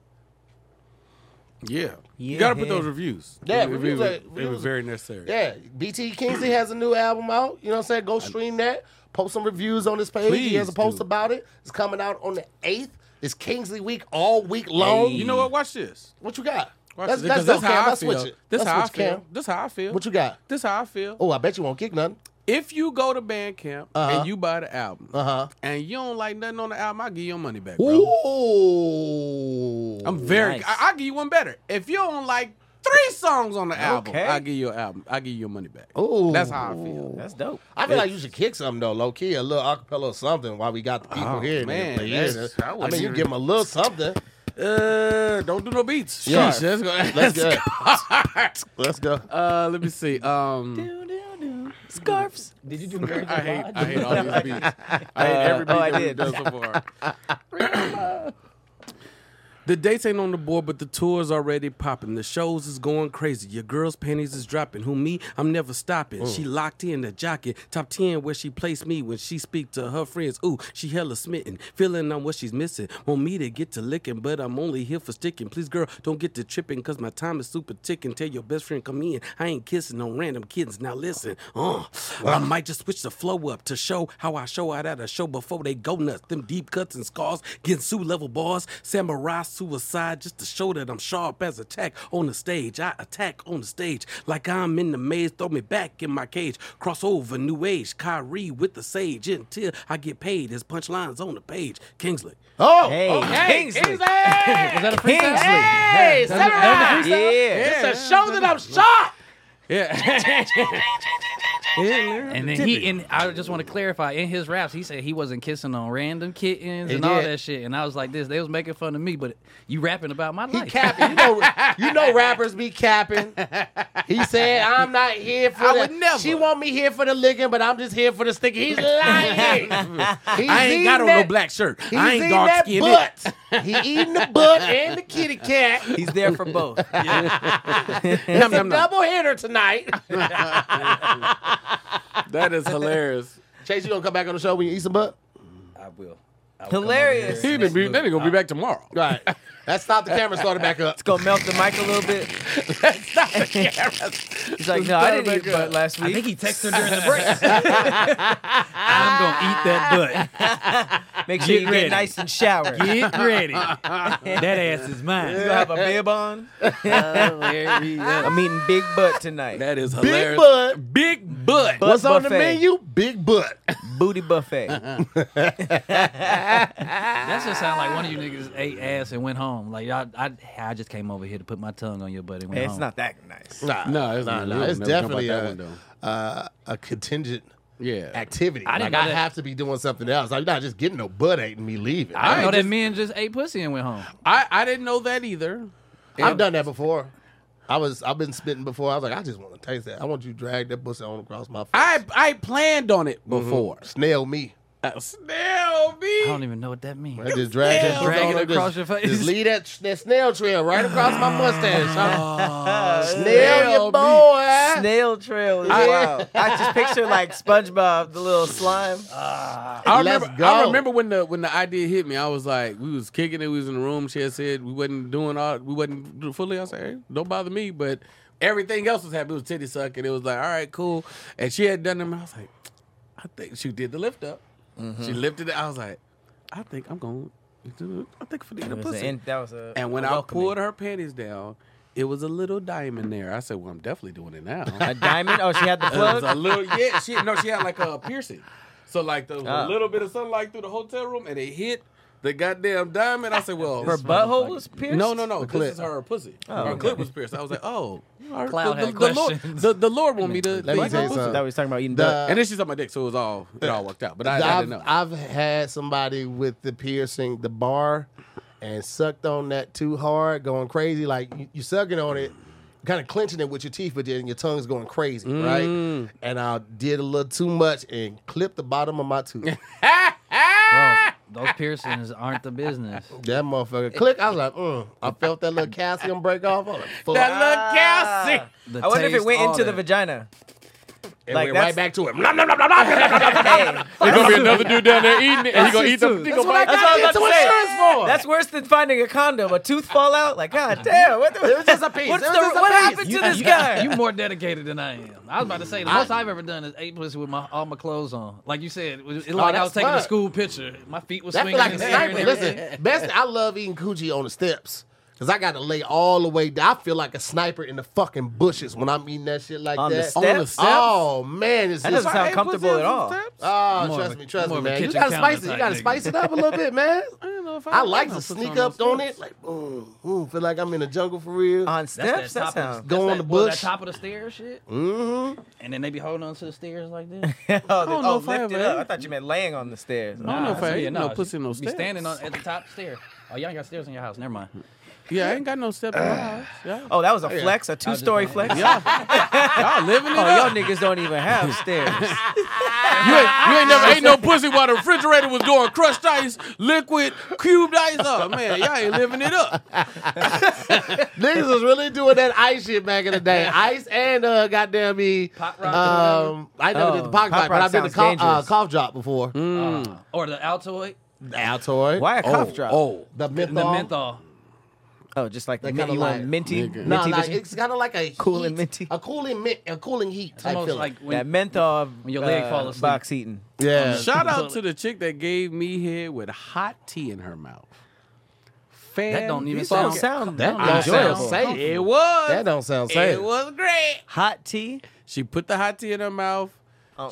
D: Yeah. You gotta put
C: Yeah.
D: those reviews.
A: Yeah,
D: it, it-
A: reviews
D: it-
A: are-
D: it
A: reviews
D: was
A: are-
D: very necessary.
A: Yeah, BT Kingsley has a new album out. You know what I'm saying? Go stream that. Post some reviews on this page. he has a
D: Please
A: post
D: do.
A: about it. It's coming out on the 8th. It's Kingsley week all week long.
D: You know what? Watch this.
A: What you got?
D: Watch
A: Let's-
D: this.
A: let's
D: 'cause
A: go,
D: This how
A: Cam.
D: I
A: Let's
D: feel.
A: switch it.
D: This
A: Let's
D: how I
A: switch, Cam.
D: feel. This how I feel.
A: What you got?
D: This how I feel.
A: Oh, I bet you won't kick nothing.
D: If you go to Bandcamp
A: Uh-huh.
D: and you buy the album
A: Uh-huh.
D: and you don't like nothing on the album, I'll give you your money back, bro.
A: Ooh.
D: I'm very.
C: Nice.
D: I, will give you one better. If you don't like three songs on the album,
C: Okay.
D: I'll give you an album. I'll give you your money back.
A: Ooh.
D: That's how I feel.
C: That's dope.
A: I feel like you should kick something though, low key, a little acapella or something while we got the people
D: Oh,
A: here.
D: man,
A: But
D: that's-
A: yeah,
D: that
A: I
D: was-
A: mean, you give them a little something.
D: Uh, don't do no beats.
A: Yeah.
D: Sheesh, let's
A: Let's
D: go. Let's
A: go.
D: go.
A: Let's go.
D: [laughs] Uh, let me see. Um,
C: Scarves. Did you do Mary
D: I hate. I hate all
C: [laughs]
D: these beats. I hate
C: Uh,
D: every beat
C: oh, I
D: that we've
C: did.
D: done so far.
C: [laughs]
D: The dates ain't on the board, but the tour's already popping. The shows is going crazy. Your girl's panties is dropping. Who me? I'm never stopping. She locked in the jockey. Top 10 where she placed me when she speak to her friends. Ooh, she hella smitten. Feeling I'm what she's missing. Want me to get to licking, but I'm only here for sticking. Please, girl, don't get to tripping, cause my time is super ticking. Tell your best friend come in. I ain't kissing no random kittens. Now listen, uh, I might just switch the flow up to show how I show out at a show before they go nuts. Them deep cuts and scars, getting Sue level bars, samurai suicide, just to show that I'm sharp as attack on the stage. I attack on the stage like I'm in the maze. Throw me back in my cage. Crossover, new age, Kyrie with the sage until I get paid. His punchlines on the page. Kingsley.
A: Oh,
C: Hey, Kingsley.
A: Kingsley. hey,
B: that a freestyle?
A: set it right.
C: Yeah.
A: It's a show that I'm shocked.
D: Yeah.
B: And then he and I just want to clarify in his raps, he said he wasn't kissing on random kittens
A: He
B: and all
A: did.
B: that shit. And I was like, this, they was making fun of me, but you rapping about my
A: He
B: life.
A: capping. You know, you know rappers be capping. He said, I'm not here for
D: I
A: the
D: would never.
A: She want me here for the licking, but I'm just here for the sticking. He's [laughs] lying. He's
D: I ain't got
A: eating
D: on
A: that-
D: no black shirt.
A: He's
D: I
A: eating
D: ain't dark
A: that
D: skinned.
A: butt. he eating the butt and the kitty [laughs] cat.
C: He's there for both.
A: It's a double hitter tonight.
D: That is hilarious.
A: [laughs] Chase, you gonna come back on the show when you eat some butt?
B: I will. I will come over
C: [laughs] Hilarious.
B: here.
D: He didn't be, then he gonna be back tomorrow.
A: Right. Let's stop the camera. Start it back up.
C: It's gonna melt the mic a little bit. [laughs] He's like, no, I didn't eat butt last week.
B: I think he texted her
C: [laughs]
B: during the break. I'm gonna eat that
C: Make sure
B: Get
C: you
B: ready.
C: get nice and shower. [laughs]
B: butt. Get ready. That ass is mine.
C: You gonna have a bib on? I'm eating big butt tonight.
D: That is
A: Big
D: hilarious.
A: butt.
D: Big
C: Butt
D: butt.
A: What's on the
C: buffet.
A: menu? Big butt.
C: Booty buffet.
B: That just sound like one of you niggas ate ass and went home. Like I, I, I just came over here to put my tongue on your butt and went
C: it's
B: home.
C: not that nice.
A: Nah,
D: No, it's
A: nah,
D: not.
A: nah.
D: We'll
A: It's
D: never jump out
A: definitely
D: that
A: a,
D: window.
A: uh, a contingent
D: Yeah.
A: activity. I
B: I
A: like
B: didn't know
A: I
B: that.
A: have to be doing something else. I'm not just getting no butt ate and me leaving.
B: I
A: I,
B: didn't know
D: just-
B: that men just ate pussy and went home.
D: I, I didn't know that either.
A: have done that before. I was I've been spitting before. I was like, I just want to taste that. I want you to drag that pussy on across my face.
D: I I planned on it before.
A: Snail me.
D: A snail,
B: I
D: Mm-hmm. Uh, B.
B: don't even know what that means.
A: I just drag that
D: Just
A: shit
B: drag
A: on
B: it
A: and just-
B: across your face.
A: Just lead that, sh- that snail trail right across my mustache.
B: [laughs]
A: huh? snail,
B: Oh, snail
A: your boy.
C: Snail trail is
A: I-
C: wild. I just picture like SpongeBob, the little slime.
D: I
A: Let's
D: remember, I
A: go.
D: remember when the when the idea hit me. I was like, we was kicking it. We was in the room. She had said we wasn't doing all. We wasn't do- fully. I said, hey, don't bother me. But everything else was happening. It was titty sucking. It was like, all right, cool. And she had done them. And I was like, I think she did the lift up. She lifted it. I was like, I think I'm going. to I think for the
C: That was,
D: pussy.
C: a, in- that was a.
D: and when
C: a
D: I
C: welcoming.
D: pulled her panties down, it was a little diamond there. I said, well, I'm definitely doing it now.
C: a diamond. Oh, she had the
D: It was
C: plug.
D: a little, yeah. She no, she had like a piercing, so like there was
C: Ah.
D: a little bit of sunlight through the hotel room, and it hit the goddamn diamond. I said, "Well,
C: Her butthole was pierced.
D: no, no, no. This is her pussy. her clip was pierced." I was like, "Oh, her-
B: Cloud
D: the,
B: had
D: the, the Lord,
B: questions.
D: the, the Lord want me to."
A: Let me
D: like
A: tell you
D: her pussy.
A: something.
C: That was talking about eating
A: The-
C: duck.
D: And then she's on my dick, so it was all it all worked out. But I, I
A: I've,
D: didn't know.
A: I've had somebody with the piercing, the bar, and sucked on that too hard, going crazy. Like you, you sucking on it, kind of clenching it with your teeth, but then your tongue's going crazy,
C: Mm.
A: right? And I did a little too much and clipped the bottom of my
C: [laughs]
A: tooth.
B: Bro, Oh, those piercings aren't the business.
A: that motherfucker click. I was like, mm. I felt that little calcium break off. I was like, fuck.
D: that [laughs] look, Kelsey.
B: The
C: I wonder if it
B: taste,
C: went
B: all
C: into the
B: that.
C: vagina.
A: It
C: Like,
A: went right
C: that's-
A: back to it.
C: Hey,
D: There's gonna be another dude down there eating it, and he gonna eat the. he gonna bite-
C: That's what I was
A: That's
C: about
A: what
C: to say.
A: insurance for.
C: That's worse than finding a condom. A tooth fall out. Like, god damn. What the?
A: It was just a piece.
C: What's
A: It
C: the,
A: was just a
C: what
A: piece.
C: happened to this guy?
B: You more dedicated than I am. I was about to say the most I've ever done is ate pussy with my all my clothes on. Like you said, it was it like I
A: that's
B: was taking a
A: fun.
B: school picture. My feet was
A: That
B: swinging.
A: feel like
B: in
A: a
B: the air and
A: sniper.
B: everything. [laughs]
A: Listen, best I love eating coochie on the steps. Cause I gotta lay all the way down. I feel like a sniper in the fucking bushes when I'm eating that shit like
C: On the
A: that.
C: steps? On the
D: steps?
A: Oh man, it's
C: That
A: just
C: doesn't sound comfortable at all.
A: Oh,
B: More of
A: trust
B: a-
A: me, trust
B: more
A: me,
B: of a
A: man. You
B: kitchen
A: gotta spice
B: counter
A: it. You
B: type
A: gotta
B: nigga.
A: spice it up a little bit, man.
D: don't know if
A: I
D: can
A: like
D: put
A: to
D: some
A: sneak up
D: those
A: on
D: steps.
A: it, like boom, boom. Feel like I'm in the jungle for real.
C: [laughs] On
B: That's that
C: steps. That
B: top of
A: Go
C: sounds.
B: that's
A: on
B: that-
A: the
B: well,
A: bush.
B: that top of the stairs shit,
A: mm-hmm.
B: and then they be holding onto the stairs like this.
C: Oh, the-
D: don't know
C: oh,
D: if [laughs] I
C: lift it
D: ever
C: up.
D: ate.
C: I thought you meant laying on the stairs.
D: I don't know
B: Nah,
D: if I
B: so yeah,
D: ate no
B: nah,
D: pussy no
B: Be standing on
D: steps.
B: at the top stair. Oh, y'all got stairs in your house. Never mind.
D: Yeah, I ain't got no steps in [sighs] my house. Yeah.
C: Oh, that was a flex, a two-story
B: playing.
C: flex. [laughs]
D: Y'all living it
C: Oh,
D: up.
C: y'all niggas don't even
D: [laughs]
C: have stairs.
D: You ain't, you ain't never ate no pussy while the refrigerator was doing crushed ice, liquid, cubed ice. Oh man, y'all ain't living it [laughs] up.
A: [laughs] Niggas was really doing that ice shit back in the day. Ice and uh, goddamn me.
B: Pop rock or
A: um, I never did the
C: Oh,
A: pocket rock,
C: pop rock
A: but I've been to
C: sounds
A: cough, uh,
C: dangerous.
A: cough drop before.
B: Uh, or the Altoid,
A: Altoid.
C: Why a cough
D: oh,
C: drop?
D: Oh,
A: The
B: and the menthol.
C: Oh, just like the
A: That
C: mint,
A: kinda
C: you want
A: like-
C: minty,
D: Nigga.
C: minty
A: No, no,
C: vision?
A: it's kind of like
B: [laughs]
A: a
C: Cooling
A: heat-
C: minty.
A: a cooling mint, a cooling heat
B: It's
A: type
B: almost
A: feeling.
B: like when
C: that menthol when
B: your leg fall asleep.
C: box eating.
A: yeah.
B: um,
D: shout out to the chick that gave me head with hot tea in her mouth. Fan
B: That don't even
D: fuck-
B: sound-
C: Don't sound
A: that
B: don't
A: don't sound
B: sound
A: safe.
D: It was.
A: That don't sound safe.
D: It was great.
C: hot tea.
D: She put the hot tea in her mouth.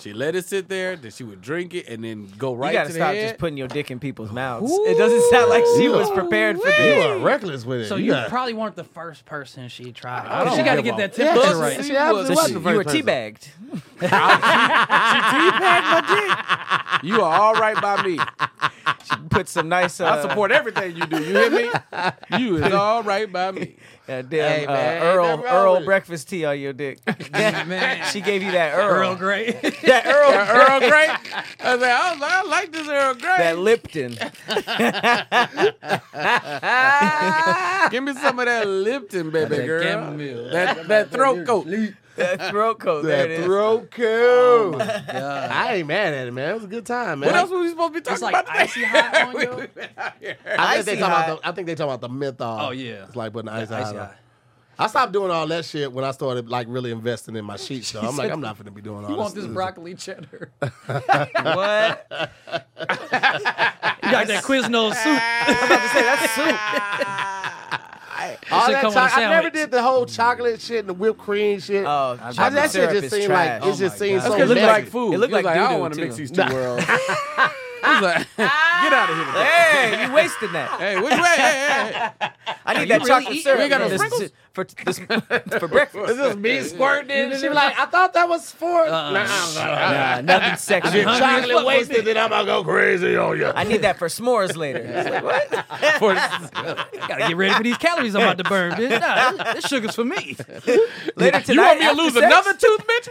D: She let it sit there. Then she would drink it and then go right
C: you gotta
D: to the
C: stop
D: head.
C: just putting your dick in people's mouths. It doesn't sound like she was prepared for
A: you
C: this.
A: are reckless with it.
B: So you
A: got-
B: probably weren't the first person she
D: I
B: tried.
D: don't
B: She got to
D: give
B: get
D: a-
A: [laughs]
B: that
A: yeah,
B: temperature
A: she-
B: right.
A: She absolutely
D: So
A: was
D: she-
A: the
C: You were
A: first person.
B: [laughs]
C: teabagged.
D: you are all right by me.
C: Put some nice. Uh,
D: I support everything you do. You hear me?
C: [laughs]
D: You is all right by me.
C: That
A: Hey,
C: damn
A: man, ain't
C: uh, Earl
A: nothing wrong
C: Earl
A: with it.
C: breakfast tea on your dick.
B: Man.
C: she gave you that Earl.
B: Earl [laughs] Grey.
C: that Earl.
D: Earl Grey. I was like, I, was like, I like this Earl Grey.
C: That Lipton.
D: Give me some of that Lipton, baby
B: That
D: girl.
B: chamomile.
D: That that throat coat.
C: That throat coat. There it
A: That
C: is.
A: throat
B: Oh
A: coat. [laughs] I ain't mad at it, man. It was a good time, man.
D: What else were we supposed to be talking
B: It's like
D: about today?
B: icy hot [laughs] on you.
A: I think, they
C: Icy
A: talking
C: hot.
A: about the, I think they talking about the menthol.
B: Oh, yeah.
A: it's like putting ice,
B: Icy
A: on.
B: hot.
A: I stopped doing all that shit when I started like really investing in my sheets. So I'm like, I'm not gonna be doing all
B: [laughs] You want this
A: this
B: broccoli [laughs] cheddar?
C: What?
B: You got that Quiznos soup.
C: That's
B: [laughs]
C: soup.
A: All
B: should
A: that
B: come on a
A: cho- I never
B: sandwich.
A: did the whole chocolate shit and the whipped cream shit.
C: Oh,
A: I-
C: chocolate
A: that shit
C: syrup
A: just
C: is
A: seemed
C: trash.
A: like it
C: Oh
A: just
C: my
A: seemed
C: God.
A: so
D: It looked
A: messy.
D: like food.
C: It looked
D: He was
C: like
D: I don't
C: doo-doo,
D: want to mix
C: too.
D: these two worlds. [laughs] He was like, get out of here. with that.
C: Hey, you wasting that.
D: Hey, which way? Hey, hey,
C: I need that chocolate
D: eating?
C: syrup.
D: We ain't got no
C: for this-
D: sprinkles?
C: [laughs] for this, for breakfast.
A: This is me squirting it. And she be like, I thought that was for.
B: Uh-uh.
A: Nah, nah, nah.
C: Nah, nothing sexual.
B: hungry as fuck
A: Chocolate
B: with
D: [laughs]
A: wasted, then I'm gonna go crazy on you.
C: I need that for s'mores later. It's like, what?
D: hey. [laughs] For this-
B: Gotta get ready for these calories I'm about to burn, bitch. Nah, this, this sugar's for me. [laughs]
C: Later tonight.
D: You want me to
C: after
D: lose
C: sex?
D: another tooth, bitch?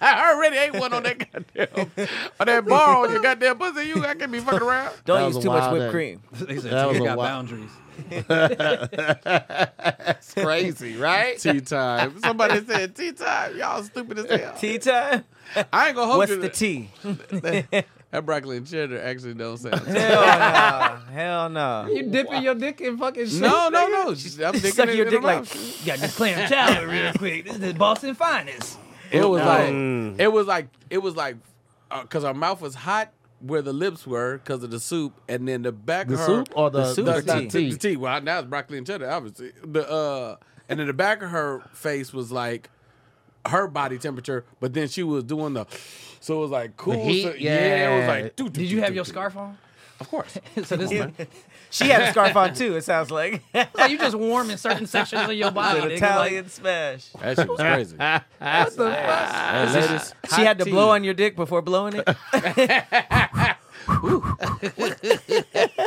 D: I already ate one on that goddamn on that bar on your goddamn pussy. You, I can be fucking around.
A: That
C: Don't
A: was a
C: use too much
A: wild
C: whipped
A: day.
C: cream.
B: they said
A: That was
B: Tahir
A: a
B: got
A: wa-
B: boundaries.
A: That's crazy, right?
D: [laughs] Tea time. Somebody said tea time. Y'all stupid as [laughs] hell.
C: Tea time?
D: I ain't gonna hold
C: What's
D: you.
C: the tea?
D: That broccoli and cheddar actually don't sound. [laughs]
C: Hell no. Hell no.
B: You dipping your dick in fucking [laughs] shit?
D: no, no, no. I'm digging
C: Suck
D: it
C: your
D: in
C: dick
D: the
C: like,
D: mouth.
B: You got this clam chowder real quick. This is the Boston finest.
D: It was
A: Mm.
D: like it was like it was like because our mouth was hot where the lips were because of the soup, and then the back
A: The
D: of her,
A: soup or the-
D: soup
A: the
D: that's not
A: tea?
D: the, [laughs] the tea. Well, now it's broccoli and cheddar, obviously. The uh, and then the back of her face was like her body temperature, but then she was doing the. So it was like cool.
A: heat?
D: so- it was
A: Yeah.
D: like. doo, doo,
B: Did
D: doo,
B: you have
D: doo,
B: your
D: doo.
B: scarf on? [laughs]
D: Of course.
B: so this is
C: [laughs] She had a scarf on too, it sounds like. [laughs]
B: like you just warm in certain sections of your body.
C: An
B: nigga.
C: Italian smash.
D: That shit
A: [laughs]
D: was crazy.
B: Like, what the fuck?
D: Hey, ladies,
C: She had to
D: hot
C: blow
D: tea.
C: on your dick before blowing [laughs] it.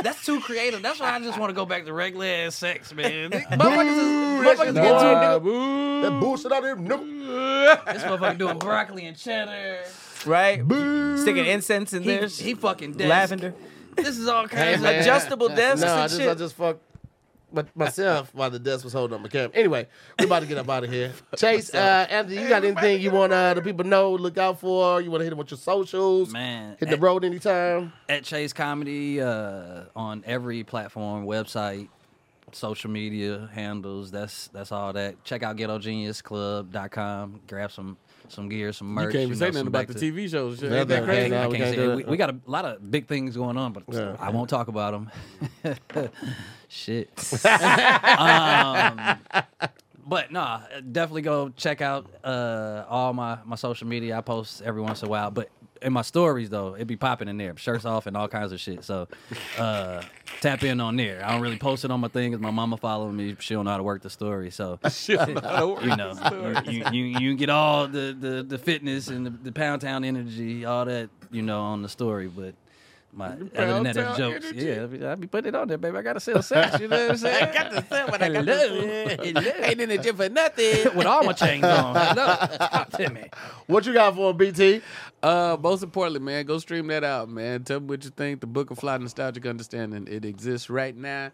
B: That's too creative. That's why I just want to go back to regular ass sex, man. [laughs]
A: Motherfuckers get
D: Boy,
A: to it, nigga.
D: boo.
A: That bullshit out there, nigga.
B: This motherfucker doing broccoli and cheddar.
C: right? Sticking incense in
B: He,
C: there.
B: he fucking dead.
C: [laughs] lavender.
B: This is all
A: Hey,
B: kinds
A: man.
B: of
C: Adjustable desks
A: No, I
C: and
A: just,
C: shit.
A: I just fucked my, myself while the desk was holding up my camera. Anyway, we about to get up out of here. Chase, uh, Anthony, you got anything you want uh, the people to know, look out for? You want to hit them with your socials?
B: Man, eh.
A: Hit the
B: at-
A: road anytime.
B: at Chase Comedy uh, on every platform, website, social media handles. That's that's all that. Check out GhettoGeniusClub.com. Grab some some gear, some merch.
D: You can't even say
B: know,
D: nothing
B: some
D: about the
B: back to-
D: TV shows. Shit,
A: Yeah,
D: Ain't that
A: man.
D: crazy?
A: Nah,
B: I
A: we
B: can't
A: can't
B: say
A: do
B: it.
A: it.
B: we, we got a lot of big things going on, but I won't talk about them. [laughs] Shit. um, but nah, definitely go check out uh, all my, my social media. I post every once in a while, but in my stories though, it be popping in there, shirts off and all kinds of shit. So uh, tap in on there. I don't really post it on my thing 'cause my mama following me. She don't know how to work the story, so you know, you, you, you you get all the, the, the fitness and the, the pound town energy, all that, you know, on the story. But my other than
D: Pound
B: that, it's
D: Town
B: jokes.
D: energy.
B: Yeah, I be, I be putting it on there, baby. I gotta sell sex. You know what I'm saying? [laughs] I got to sell what I got Ain't in the gym for nothing. [laughs] With all my chains on. [laughs] Hello, talk to me.
A: What you got for 'em, BT?
D: Uh, most importantly, man, go stream that out, man. Tell me what you think. The Book of Fly Nostalgic Understanding. It exists right now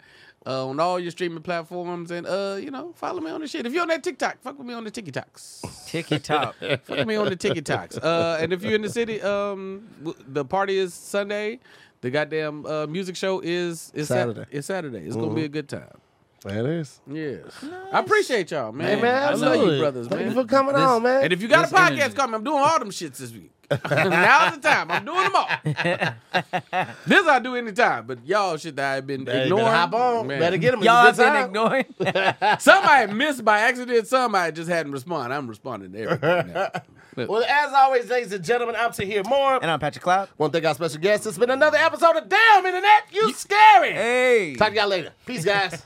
D: uh, on all your streaming platforms, and uh, you know, follow me on the shit. If you're on that TikTok, fuck with me on
B: [laughs]
D: the TikToks.
C: Ticky top.
D: fuck me on the TikToks. Uh, and if you're in the city, um, w- the party is Sunday. The goddamn uh, music show is is Sat-
A: Saturday.
D: it's Saturday. It's gonna
B: Mm-hmm.
D: be a good time.
A: That is.
D: Yes, I appreciate y'all, man.
A: Hey, man,
D: I love
A: absolutely.
D: you, brothers,
A: Thank
D: man.
A: you for coming on, man.
D: And if you got a
B: This
D: podcast
B: energy.
D: coming, I'm doing all them shits this week. [laughs] Now's the time. I'm doing them all.
A: [laughs]
D: this I do anytime, but y'all shit that I've been
A: Hey,
D: ignoring.
A: better hop on.
D: Man.
A: Better get him.
C: Y'all have been ignoring.
D: Some I missed by accident, some I just hadn't responded. I'm responding to
A: [laughs]
D: everybody now.
A: Well, as always, ladies and gentlemen, I'm to hear more.
C: [laughs] and I'm Patrick Cloud.
A: Want to thank our special guest. It's been another episode of Damn Internet. You scary.
C: Hey.
D: [laughs]
A: Talk to y'all later. Peace, guys.